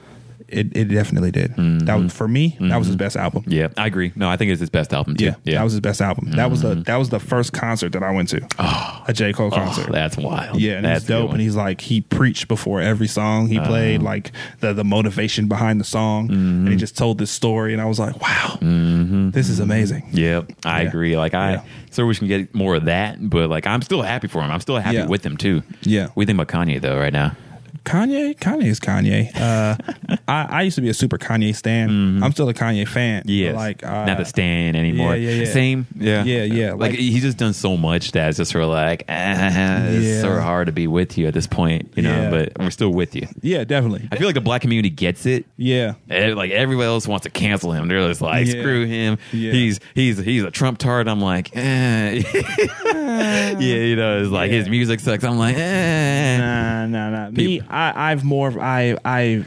B: it, it definitely did. That
A: Mm-hmm.
B: was, for me, that was his best album.
A: Yeah, I agree. No, I think it's his best album too.
B: Yeah, that was his best album. That was the that was the first concert that I went to, a J Cole
A: Mm-hmm. Oh,
B: concert.
A: that's wild.
B: yeah, and
A: that's
B: it's dope. And he's like he preached before every song
A: Uh-huh.
B: he played, like the the motivation behind the song, and
A: Mm-hmm.
B: he just told this story. And I was like, wow, this is amazing.
A: Yep, I
B: Yeah.
A: agree. Like I
B: Yeah.
A: so we can get more of that, but like I'm still happy for him. I'm still happy
B: Yeah.
A: with him too.
B: Yeah.
A: we think about Kanye though right now.
B: Kanye, Kanye is Kanye. Uh, I, I used to be a super Kanye stan. I'm still a Kanye fan. but,
A: Mm-hmm. Yes,
B: like uh,
A: not the stand anymore.
B: yeah, yeah, yeah.
A: Same. Yeah,
B: Yeah, yeah,
A: Like,
B: like-
A: he's just done so much that it's just sort of like ah, it's
B: Yeah.
A: sort of hard to be with you at this point, you know.
B: Yeah.
A: But we're still with you.
B: yeah, definitely.
A: I feel like the black community gets it.
B: Yeah,
A: Eh, Like everybody else wants to cancel him. They're just like,
B: Yeah.
A: screw him.
B: Yeah.
A: He's he's he's a Trump tart. I'm like, eh. yeah, you know, it's like his music sucks. I'm like, eh.
B: Nah, nah, nah. Me, I, I've more. of- I, I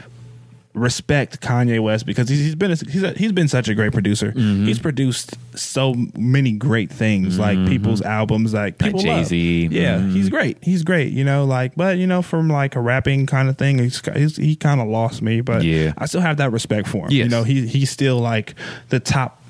B: respect Kanye West because he's, he's been a, he's a, he's been such a great producer.
A: Mm-hmm.
B: He's produced so many great things, like people's albums, like people love.
A: Mm-hmm. Jay-Z.
B: Yeah,
A: Mhm.
B: he's great. He's great. You know, like, but you know, from like a rapping kind of thing, he's, he's, he kind of lost me. But
A: Yeah.
B: I still have that respect for him. You
A: Yes.
B: know, he he's still like the top.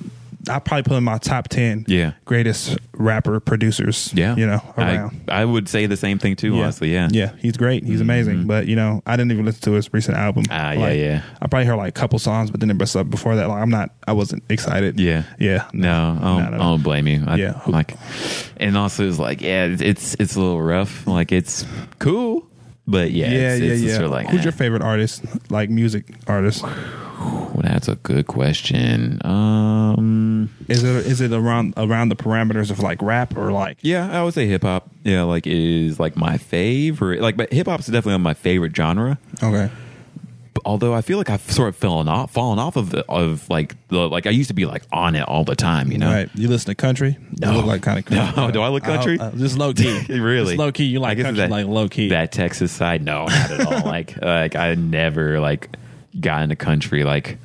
B: I probably put him in my top ten.
A: Yeah.
B: greatest rapper producers.
A: Yeah.
B: you know, around.
A: I, I would say the same thing too, honestly. Yeah. Mm-hmm.
B: Yeah, he's great. He's amazing. But you know, I didn't even listen to his recent album.
A: Ah, yeah,
B: Like,
A: yeah.
B: I probably heard like a couple songs, but then it bust up before that. Like, I'm not. I wasn't excited.
A: Yeah.
B: Yeah.
A: No, I
B: Not
A: don't,
B: at
A: I
B: all.
A: don't blame you. I,
B: Yeah.
A: Like, and also it's like, yeah, it's- it's it's a little rough. Like it's cool, but yeah,
B: Yeah,
A: it's,
B: yeah,
A: it's just
B: yeah.
A: Sort of like,
B: Who's
A: eh.
B: your favorite artist? Like music artist?
A: Well, that's a good question. Um,
B: Is it is it around around the parameters of like rap or like?
A: yeah, I would say hip hop. Yeah, like is like my favorite. Like, but hip hop's definitely my favorite genre.
B: Okay.
A: although I feel like I've sort of fallen off, fallen off of the, of like the like I used to be like on it all the time, you know.
B: All right. You listen to country?
A: No.
B: You look like kind of country.
A: No, do I look country?
B: Uh, just low key.
A: really
B: Just low key. You
A: I
B: like
A: guess
B: country?
A: that-
B: like low key.
A: That Texas side, no, not at all. like like I never like got into country. Like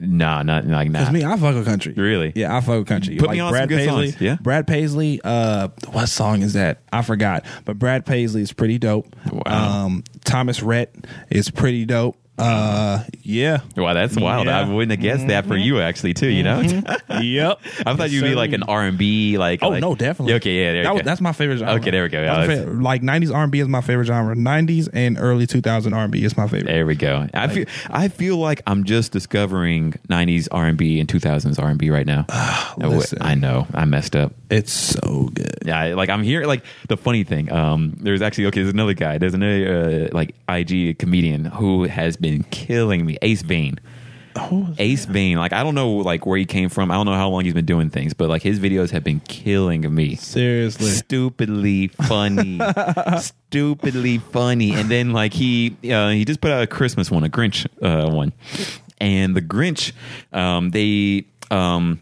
A: nah, not like nah.
B: Because me, I fuck with country.
A: Really?
B: Yeah, I fuck with country.
A: Put me on some good
B: Paisley,
A: songs, yeah.
B: Brad Paisley. Uh, what song is that? I forgot. But Brad Paisley is pretty dope.
A: Wow.
B: Um, Thomas Rhett is pretty dope. Uh, yeah.
A: Wow, that's wild. I
B: Yeah. Mm-hmm.
A: wouldn't have guessed that for you actually too. You know,
B: yep.
A: I thought you'd be like an R and B like.
B: Oh
A: like-
B: no, definitely.
A: Okay, yeah, there you
B: That was-
A: go.
B: that's my favorite genre.
A: Okay, there we go.
B: That's
A: Yeah,
B: my
A: that's-
B: favorite. like '90s R&B is my favorite genre. '90s and early 2000 R&B is my favorite.
A: There we go. I feel I feel like I'm just discovering 90s R&B and 2000s R&B right now. I w-
B: listen.
A: I know. I messed up.
B: It's so good.
A: Yeah, I- like I'm here. Like the funny thing, um, there's actually okay. There's another guy. There's another uh, like IG comedian who has been killing me. Ace Vane. Ace Vane. Like I don't know like where he came from. I don't know how long he's been doing things, but like his videos have been killing me
B: Seriously.
A: stupidly funny stupidly funny and then like he uh, he just put out a christmas one a grinch uh, one and the grinch um, they um,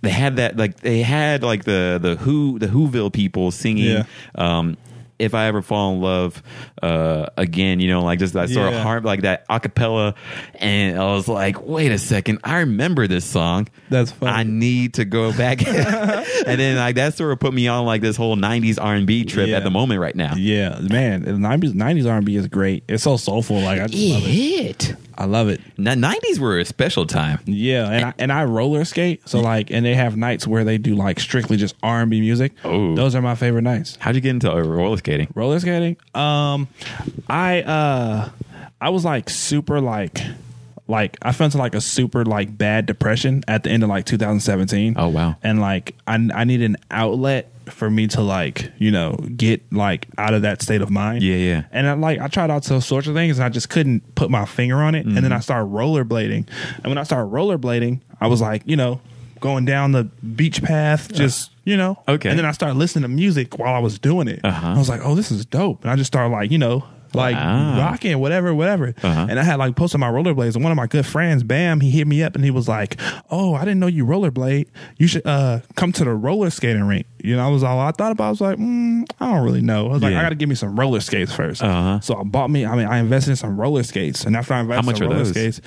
A: they had that like they had like the the who the whoville people singing
B: Yeah.
A: um, if I ever fall in love uh, again, you know, like just that sort of
B: Yeah.
A: harm, like that acapella, and I was like, wait a second, I remember this song.
B: That's funny.
A: I need to go back. and then like that sort of put me on like this whole '90s R&B trip
B: Yeah.
A: at the moment right now.
B: Yeah, man. The 90s, 90s R&B is great. It's so soulful. Like I just
A: It
B: love it.
A: hit.
B: I love it.
A: Now, '90s were a special time.
B: Yeah, and I, and I roller skate. So like, and they have nights where they do like strictly just R and B music.
A: Oh.
B: those are my favorite nights.
A: How'd you get into uh, roller skating?
B: Roller skating. Um, I uh, I was like super like. Like I fell into like a super like bad depression at the end of like 2017.
A: Oh, wow.
B: And like I I need an outlet for me to like you know get like out of that state of mind.
A: Yeah, yeah.
B: And I like I tried out all sorts of things and I just couldn't put my finger on it.
A: Mm.
B: And then I started rollerblading. And when I started rollerblading, I was like, you know, going down the beach path, just you know.
A: Okay.
B: And then I started listening to music while I was doing it.
A: Uh-huh.
B: I was like, oh, this is dope. And I just started like, you know, like
A: Wow.
B: rocking whatever, whatever.
A: Uh-huh.
B: And I had like posted my rollerblades, and one of my good friends, Bam, he hit me up and he was like, "Oh, I didn't know you rollerblade. You should uh come to the roller skating rink." You know, I was all I thought about. I was like, mm, I don't really know. I was like,
A: Yeah.
B: I got to give me some roller skates 1st
A: Uh-huh.
B: So I bought me. I mean, I invested in some roller skates, and after I invested
A: much
B: in
A: are
B: roller
A: those?
B: skates,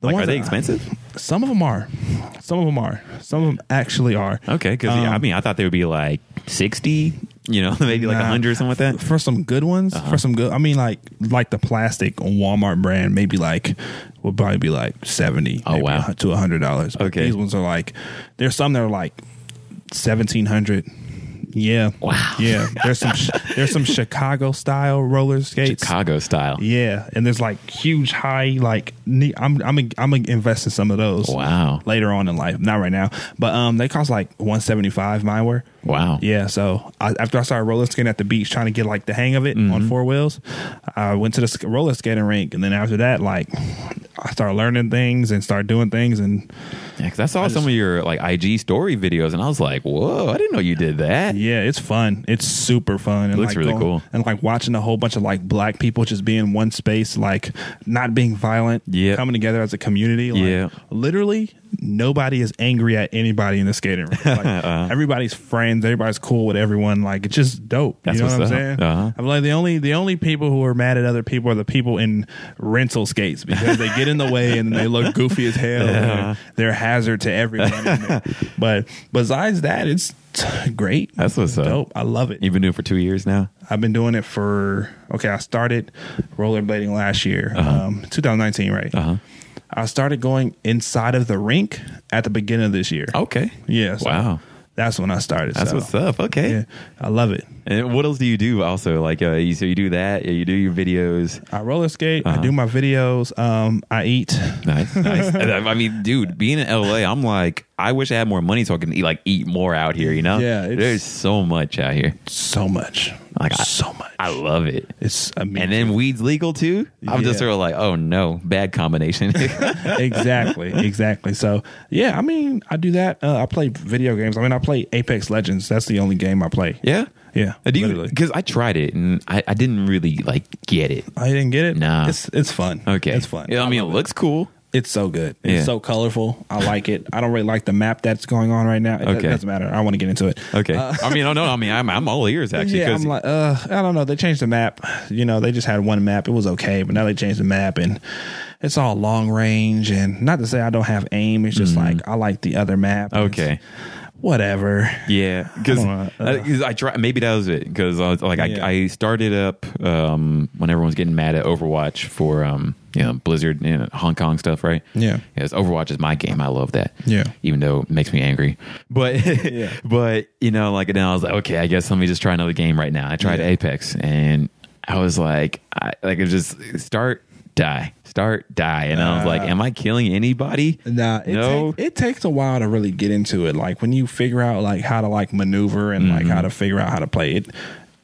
B: the
A: Like,
B: ones
A: are they
B: that-
A: expensive?
B: Some of them are. Some of them are. Some of them actually are.
A: Okay, because yeah,
B: Um,
A: I mean, I thought they would be like sixty, you know, maybe like a
B: Nah.
A: hundred or something like that. Uh-huh.
B: for some good ones, for some good, I mean, like like the plastic Walmart brand, maybe like will probably be like seventy.
A: Oh,
B: maybe
A: wow.
B: a hun- to hundred dollars.
A: Okay.
B: these ones are like there's some that are like seventeen hundred. Yeah,
A: Wow.
B: Yeah, there's some sh- there's some Chicago style roller skates.
A: Chicago style.
B: Yeah, and there's like huge high like knee. I'm I'm I'm gonna invest in some of those.
A: Wow.
B: Later on in life, not right now, but um, they cost like one seventy five. Mine were.
A: Wow.
B: Yeah, so I, after I started roller skating at the beach, trying to get like the hang of it on four wheels, I went to the sk- roller skating rink, and then after that, like I started learning things and started doing things, and
A: Yeah, 'cause I saw some of your like IG story videos, and I was like, "Whoa, I didn't know you did that."
B: yeah, it's fun. It's super fun. And
A: Looks
B: like,
A: really cool.
B: And like watching a whole bunch of like black people just be in one space, like not being violent,
A: Yeah.
B: coming together as a community. Like,
A: Yeah.
B: literally nobody is angry at anybody in the skating rink. Like,
A: Uh-huh.
B: Everybody's friends. Everybody's cool with everyone. Like it's just dope.
A: That's
B: you know what I'm
A: what's up.
B: saying?
A: Uh-huh.
B: I'm like the only the only people who are mad at other people are the people in rental skates because they get in the way and they look goofy as hell. and They're a hazard to everyone. in there. But besides that, it's great.
A: That's what's up.
B: dope. I love it.
A: You've been doing it for two years now.
B: I've been doing it for okay. I started rollerblading last year, um, 2019, right?
A: Uh-huh.
B: I started going inside of the rink at the beginning of this year.
A: Okay.
B: yeah! so
A: Oh. Wow.
B: That's when I started.
A: That's
B: so,
A: what's up. Okay.
B: Yeah, I love it.
A: And what else do you do? Also, like, uh, you, so you do that. You do your videos.
B: I roller skate.
A: Uh-huh.
B: I do my videos. Um, I eat.
A: Nice, nice. um, I mean, dude, being in LA, I'm like, I wish I had more money so I can eat like eat more out here. You know?
B: Yeah, it's-
A: There's so much out here.
B: so much.
A: Like, I-
B: so much.
A: I love it.
B: it's
A: And
B: amazing.
A: then weed's legal too. I'm just
B: Yeah.
A: sort of like, oh no, bad combination.
B: exactly, exactly. So yeah, I mean, I do that. Uh, I play video games. I mean, I play Apex Legends. That's the only game I play.
A: yeah.
B: yeah.
A: Uh, Do you?
B: literally.
A: Because I tried it and I, I didn't really like get it.
B: I didn't get it.
A: Nah.
B: it's it's fun.
A: Okay,
B: it's fun.
A: Yeah, I mean, it looks cool.
B: It's so good. It's
A: Yeah.
B: so colorful. I like it. I don't really like the map that's going on right now. It
A: Okay.
B: okay. doesn't matter. I want to get into it. Uh,
A: Okay, I mean, I don't know. I mean, I'm Uh, I'm all ears actually.
B: Yeah,
A: 'cause-
B: I'm like, uh, I don't know. They changed the map. You know, they just had one map. It was okay, but now they changed the map, and it's all long range. And not to say I don't have aim. It's just like I like the other map.
A: Mm. Okay.
B: It's- whatever.
A: Yeah, because
B: don't know, uh,
A: I try. Maybe that was it. Because I was like, I,
B: Yeah.
A: I started up um, when everyone was getting mad at Overwatch for um, you know Blizzard, you know, Hong Kong stuff, right?
B: Yeah.
A: yes. Overwatch is my game. I love that.
B: Yeah.
A: even though it makes me angry, but
B: Yeah.
A: but you know, like then I was like, okay, I guess let me just try another game right now. I tried
B: Yeah.
A: Apex, and I was like, I like it was just start die start die, and I was like,
B: Ah.
A: am I killing anybody?
B: Nah, it,
A: no.
B: take- it takes a while to really get into it. Like when you figure out like how to like maneuver and like how to figure out how to play it.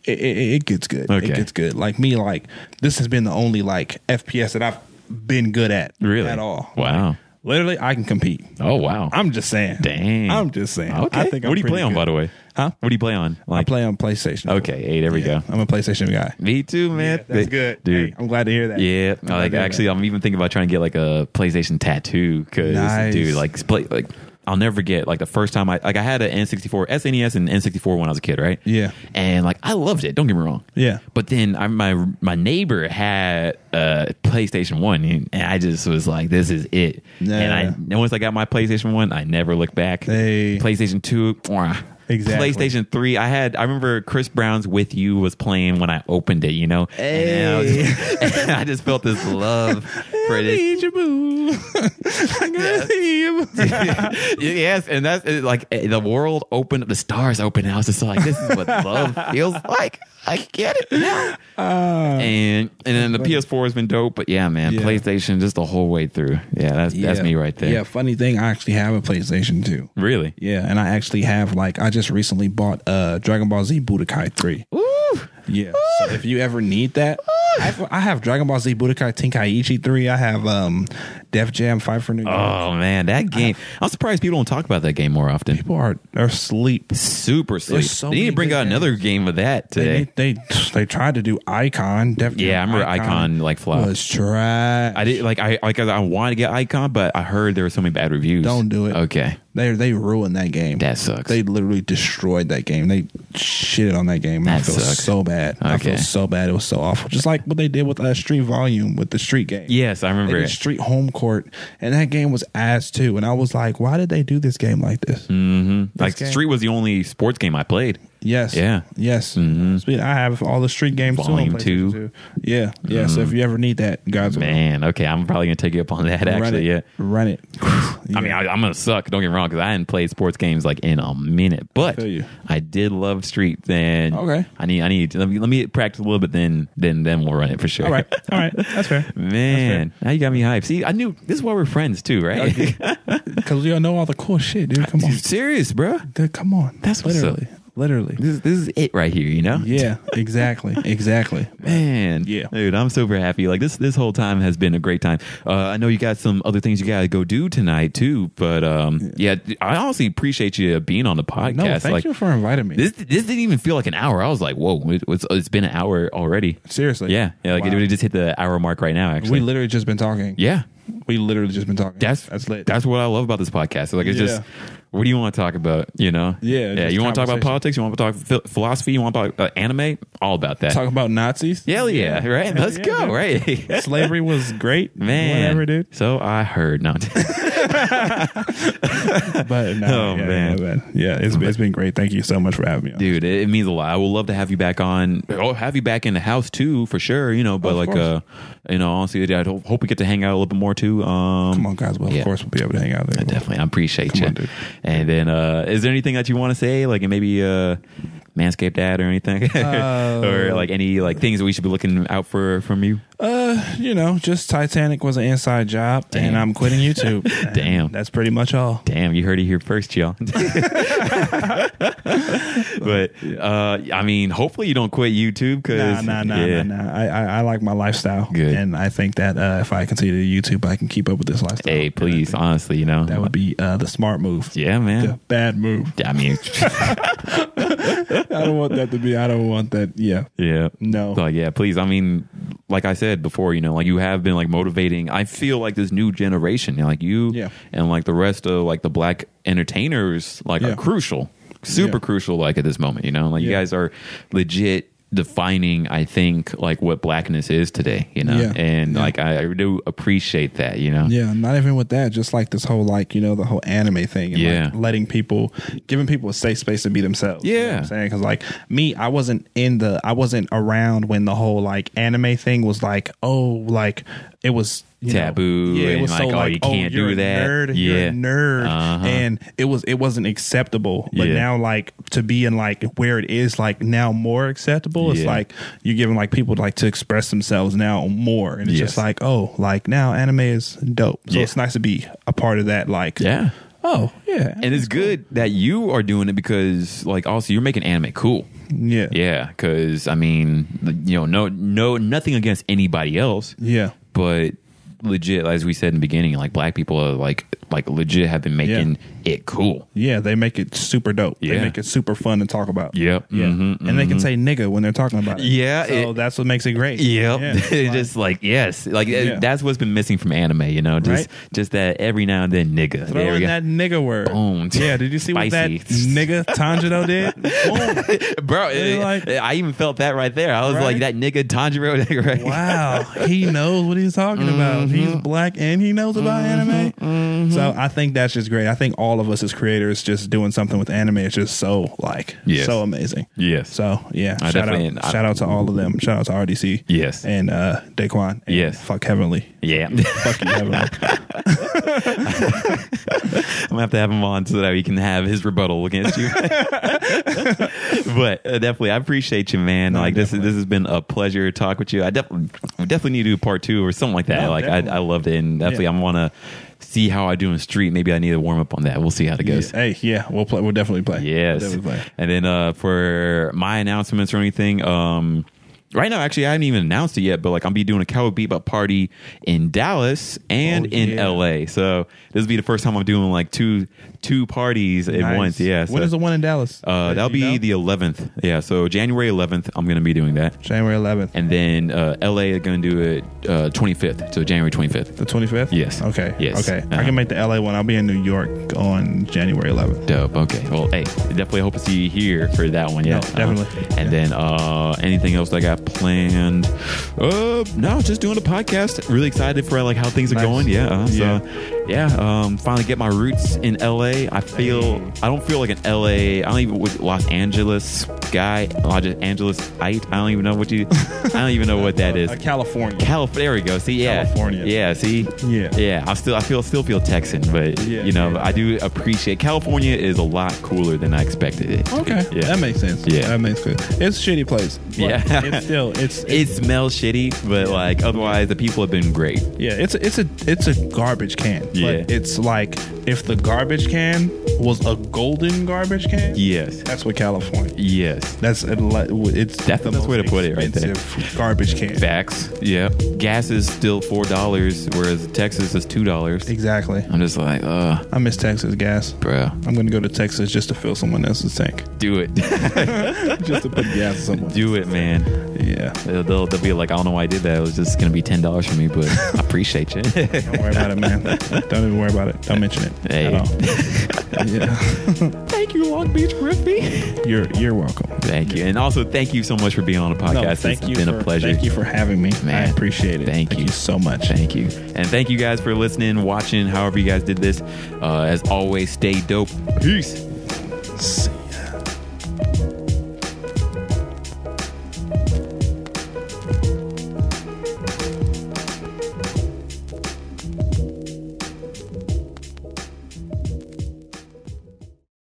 B: It, it, it gets good.
A: Mm-hmm. Okay.
B: It gets good. Like me, like this has been the only like FPS that I've been good at,
A: Really?
B: at all.
A: Wow.
B: Literally, I can compete.
A: Oh wow.
B: I'm just saying.
A: Dang.
B: I'm just saying.
A: Okay.
B: I think I'm
A: what do you play
B: pretty
A: on,
B: good.
A: by the way?
B: Huh?
A: What do you play on? Like,
B: I play on PlayStation.
A: Okay, hey, there we
B: Yeah,
A: go.
B: I'm a PlayStation guy.
A: Me too, man. Th- dude.
B: Hey, I'm glad to hear that.
A: yeah,
B: I'm glad
A: like
B: to hear
A: actually,
B: that.
A: I'm even thinking about trying to get like a PlayStation tattoo because,
B: Nice.
A: dude, like play, like I'll never forget like the first time I like I had an N64, SNES, E and N64 when I was a kid, right?
B: Yeah.
A: and like I loved it. Don't get me wrong.
B: Yeah.
A: but then I, my my neighbor had a PlayStation One, and and I just was like, this is it. And I
B: Yeah.
A: and once I got my PlayStation One, I never looked back.
B: Hey.
A: PlayStation Two, mwah.
B: Exactly.
A: PlayStation Three. I had. I remember Chris Brown's "With You" was playing when I opened it. You know, and I, was- and I just felt this love for this.
B: need your boo. I gotta see you.
A: yes, and that's it, like eh, the world opened up, the stars opened. And I was just like, this is what love feels like. I get it now. and and then the PS4 has been dope, but yeah, man,
B: Ah. Yeah.
A: PlayStation just the whole way through. Yeah, that's that's
B: Yeah.
A: me right there.
B: Yeah, funny thing, I actually have a PlayStation 2.
A: Really.
B: Yeah, and I actually have like I just recently bought uh Dragon Ball Z Budokai 3.
A: Ooh.
B: Yeah. So if you ever need that, I have, I have Dragon Ball Z Budokai Tenkaichi 3. I have um Def Jam Fight for New York.
A: Oh man, that game! I'm surprised people don't talk about that game more often.
B: People are are asleep.
A: Super sleep.
B: so
A: they need to
B: many
A: bring
B: good
A: out another game of that
B: They,
A: today.
B: they they tried to do Icon. Def
A: yeah, I
B: Jam
A: remember Icon, like flopped.
B: was trash.
A: I did like I like I wanted to get Icon, but I heard there were so many bad reviews.
B: Don't do it.
A: Okay,
B: They they ruined that game.
A: That sucks.
B: They literally destroyed that game. They shitted on that game. I
A: That
B: feel
A: sucks.
B: so bad. I feel
A: Okay.
B: so bad. It was so awful. Just like what they did with uh, Street Volume with the Street game.
A: yes, I
B: They
A: remember
B: did
A: it.
B: Street Home Court, and that game was ass too. And I was like, why did they do this game like this?
A: Mm. Like
B: game.
A: Street was the only sports game I played.
B: Yes.
A: Yeah. Mm-hmm.
B: Yes. Speed- I have all the Street games. too on
A: Volume
B: PlayStation
A: two. Mm-hmm.
B: two. Yeah. Yeah. So if you ever need that, guys,
A: Man, okay, I'm probably gonna take you up on that.
B: run
A: Actually, yeah.
B: it. Run it.
A: I mean, I, I'm gonna suck. Don't get me wrong, because I hadn't played sports games like in a minute. But
B: feel you.
A: I, did love Street. Then
B: Okay.
A: I need I need to, let me let me practice a little bit. Then then then we'll run it for sure.
B: all right. All right. That's fair.
A: Man, now you got me hyped. See, I knew this is why we're friends too, right?
B: Because we all know all the cool shit, dude. Come on.
A: Dude, serious, bro.
B: Dude, come on.
A: That's what's up.
B: literally. Literally.
A: This this is it right here. You know?
B: Yeah, exactly. exactly.
A: Man,
B: Yeah.
A: dude, I'm super happy. Like this, this whole time has been a great time. Uh, I know you got some other things you got to go do tonight too, but um, yeah. I honestly appreciate you being on the podcast.
B: No, thank
A: like,
B: you for inviting me.
A: This this didn't even feel like an hour. I was like, whoa, it, it's, it's been an hour already.
B: Seriously.
A: Yeah, yeah, like
B: Wow.
A: it, it just hit the hour mark right now. Actually,
B: we literally just been talking.
A: yeah,
B: We literally just been talking.
A: that's
B: that's lit.
A: That's what I love about this podcast. Like it's
B: Yeah.
A: just, what do you want to talk about? You know? yeah.
B: Yeah, just
A: You want to talk about
B: conversation.
A: politics? You want to talk phil- philosophy? You want to talk about uh, anime? All about that.
B: Talking about Nazis.
A: Hell yeah! Right? Let's
B: yeah,
A: go!
B: dude.
A: Right?
B: Slavery was great.
A: Man,
B: Whatever, dude.
A: So I heard. No,
B: But no,
A: Oh,
B: yeah,
A: man.
B: yeah, but- yeah, it's been, it's been great. Thank you so much for having me. on.
A: dude, it, it means a lot. I would love to have you back on. Oh, have you back in the house too, for sure. You know, but
B: Of
A: like,
B: course.
A: uh, you know, honestly, I hope hope we get to hang out a little bit more too. Um,
B: Come on, guys. Well,
A: Yeah.
B: of course we'll be able to hang out there.
A: definitely. I appreciate you.
B: on, dude.
A: And then, uh, is there anything that you want to say, like, and maybe uh, Manscaped ad or anything,
B: Oh.
A: or like any like things that we should be looking out for from you?
B: Uh, you know, just Titanic was an inside job, and I'm quitting YouTube.
A: Damn.
B: And that's pretty much all.
A: Damn, you heard it here first, y'all. but uh, I mean, hopefully you don't quit YouTube
B: Nah,
A: because
B: nah, nah, nah, nah. I, I, I like my lifestyle.
A: Good.
B: And I think that uh, if I continue to YouTube, I can keep up with this lifestyle.
A: Hey, please, honestly, you know
B: That would be uh, the smart move.
A: Yeah,
B: The
A: man.
B: bad move.
A: I mean,
B: I don't want that to be. I don't want that. Yeah.
A: yeah.
B: No.
A: Like, yeah, please. I mean, like I said before, you know, like you have been like motivating. I feel like this new generation, you know, like you
B: Yeah.
A: and like the rest of like the black entertainers, like
B: Yeah.
A: are crucial, super
B: Yeah.
A: crucial, like at this moment, you know, like you
B: Yeah.
A: guys are legit defining i think like what blackness is today you know
B: Yeah.
A: and
B: Yeah.
A: like I, I do appreciate that you know
B: Yeah. Not even with that. Just like this whole like you know the whole anime thing. And
A: Yeah.
B: Like letting people, giving people a safe space to be themselves. You know
A: Yeah.
B: what I'm saying because like me, I wasn't in the. I wasn't around when the whole like anime thing was like oh like it was. you know,
A: Taboo
B: yeah, it
A: and
B: was so
A: like, oh,
B: like
A: you can't
B: you're
A: do
B: a
A: that.
B: Nerd, you're a
A: Yeah.
B: nerd,
A: Uh-huh.
B: and it was it wasn't acceptable. But
A: Yeah.
B: now like to be in like where it is like now more acceptable. It's
A: Yeah.
B: like you're giving like people like to express themselves now more, and it's
A: Yes.
B: just like oh like now anime is dope. So
A: Yeah.
B: it's nice to be a part of that. Like
A: yeah
B: oh yeah,
A: and it's good that you are doing it because like also you're making anime cool
B: yeah
A: Yeah, because I mean, you know, no, no, nothing against anybody else,
B: yeah.
A: but legit, as we said in the beginning, like black people are like, like legit have been making it cool.
B: Yeah, they make it super dope. They
A: Yeah.
B: make it super fun to talk about.
A: Yep.
B: Yeah.
A: Mhm,
B: and they can say nigga when they're talking about it.
A: Yeah,
B: So
A: it-
B: that's what makes it great.
A: Yep,
B: Yeah,
A: It's
B: like-
A: just like yes, like uh,
B: Yeah.
A: that's what's been missing from anime, you know, just
B: Right?
A: just that every now and then, nigga.
B: Throw
A: There we
B: in
A: go.
B: that nigga word.
A: Boom.
B: Yeah, did you see what that
A: Spicy.
B: nigga Tanjiro did? Boom.
A: Bro,
B: They're like-
A: I even felt that right there. I was like
B: Right?
A: that nigga Tanjiro. nigga, right?
B: Wow, he knows what he's talking about.
A: Mm-hmm.
B: He's black and he knows about anime. So I think that's just great. I think all of us as creators just doing something with anime is just so like
A: Yes.
B: so amazing.
A: Yes.
B: So yeah,
A: I
B: shout
A: definitely-
B: out,
A: I-
B: shout out to all of them. Shout out to RDC.
A: Yes.
B: and uh, Daquan. And
A: Yes.
B: fuck Heavenly.
A: Yeah, I'm gonna
B: Fuck you, Heavenly.
A: have to have him on so that we can have his rebuttal against you. but uh, definitely, I appreciate you, man. like this, is, this has been a pleasure to talk with you. I definitely, definitely need to do part two or something like that.
B: No,
A: like I, I
B: definitely.
A: loved it, and definitely,
B: Yeah.
A: I want to see how I do in the street. Maybe I need to warm up on that. We'll see how it goes.
B: hey, yeah, we'll play. We'll definitely play.
A: Yes.
B: We'll definitely play.
A: And then uh, for my announcements or anything, um, right now, actually, I haven't even announced it yet, but like I'm be doing a cowboy bebop party in Dallas and
B: Oh,
A: in
B: yeah.
A: LA. So this will be the first time I'm doing like two two parties at
B: Nice.
A: once. Yeah. So,
B: When is the one in Dallas?
A: uh, that'll
B: Do you
A: be
B: know?
A: the 11th. Yeah. So January 11th, I'm gonna be doing that,
B: January 11th,
A: and then uh, LA are gonna do it uh, 25th. So January 25th.
B: the 25th.
A: Yes.
B: Okay.
A: Yes.
B: Okay.
A: Uh-huh.
B: I can make the LA one. I'll be in New York on January 11th.
A: Dope. Okay. Well, hey, definitely hope to see you here for that one. Yeah,
B: No, definitely.
A: Uh, and then uh anything else that I got planned? Uh, no, just doing a podcast. Really excited for like how things are
B: Nice.
A: going. Yeah. Uh,
B: Yeah.
A: So, yeah. Um, finally get my roots in LA. I feel
B: Hey.
A: I don't feel like an LA. I don't even with Los Angeles guy. Los Angeleseite. I don't even know what you. I don't even know what that is.
B: Uh, California.
A: Calif- there we go. See, yeah,
B: California.
A: Yeah, see,
B: Yeah.
A: yeah. I still, I feel, still feel Texan, but
B: Yeah,
A: you know,
B: yeah.
A: I do appreciate California is a lot cooler than I expected it. to be.
B: okay.
A: yeah.
B: That makes sense.
A: Yeah.
B: That makes sense. It's a shitty place. but
A: Yeah.
B: It's still. It's.
A: it smells shitty, but like otherwise, the people have been great.
B: Yeah, it's a, it's a it's a garbage can.
A: Yeah.
B: But it's like if the garbage can was a golden garbage can.
A: Yes,
B: That's what California.
A: yes.
B: That's a, lot- it's
A: That's the best way to put it right there.
B: expensive Garbage can.
A: Facts. Yeah. Gas is still four dollars, whereas Texas is two dollars.
B: Exactly.
A: I'm just like, uh,
B: I miss Texas gas.
A: bruh,
B: I'm gonna go to Texas just to fill someone else's tank,
A: do it,
B: just to put gas in someone.
A: do it, man.
B: Yeah.
A: They'll, they'll, they'll be like, I don't know why I did that. It was just gonna be ten dollars for me, but I appreciate you.
B: Don't worry about it, man. Don't even worry about it. Don't mention it
A: Hey.
B: at all. yeah.
A: Thank you, Long Beach Griffey.
B: You're you're welcome.
A: Thank you. And also, thank you so much for being on the podcast. it's been
B: for,
A: a pleasure.
B: Thank you for having me.
A: Man,
B: I appreciate it.
A: thank you.
B: so much.
A: Thank you. And thank you guys for listening, watching, however you guys did this. Uh, as always, stay dope. Peace.
B: See ya.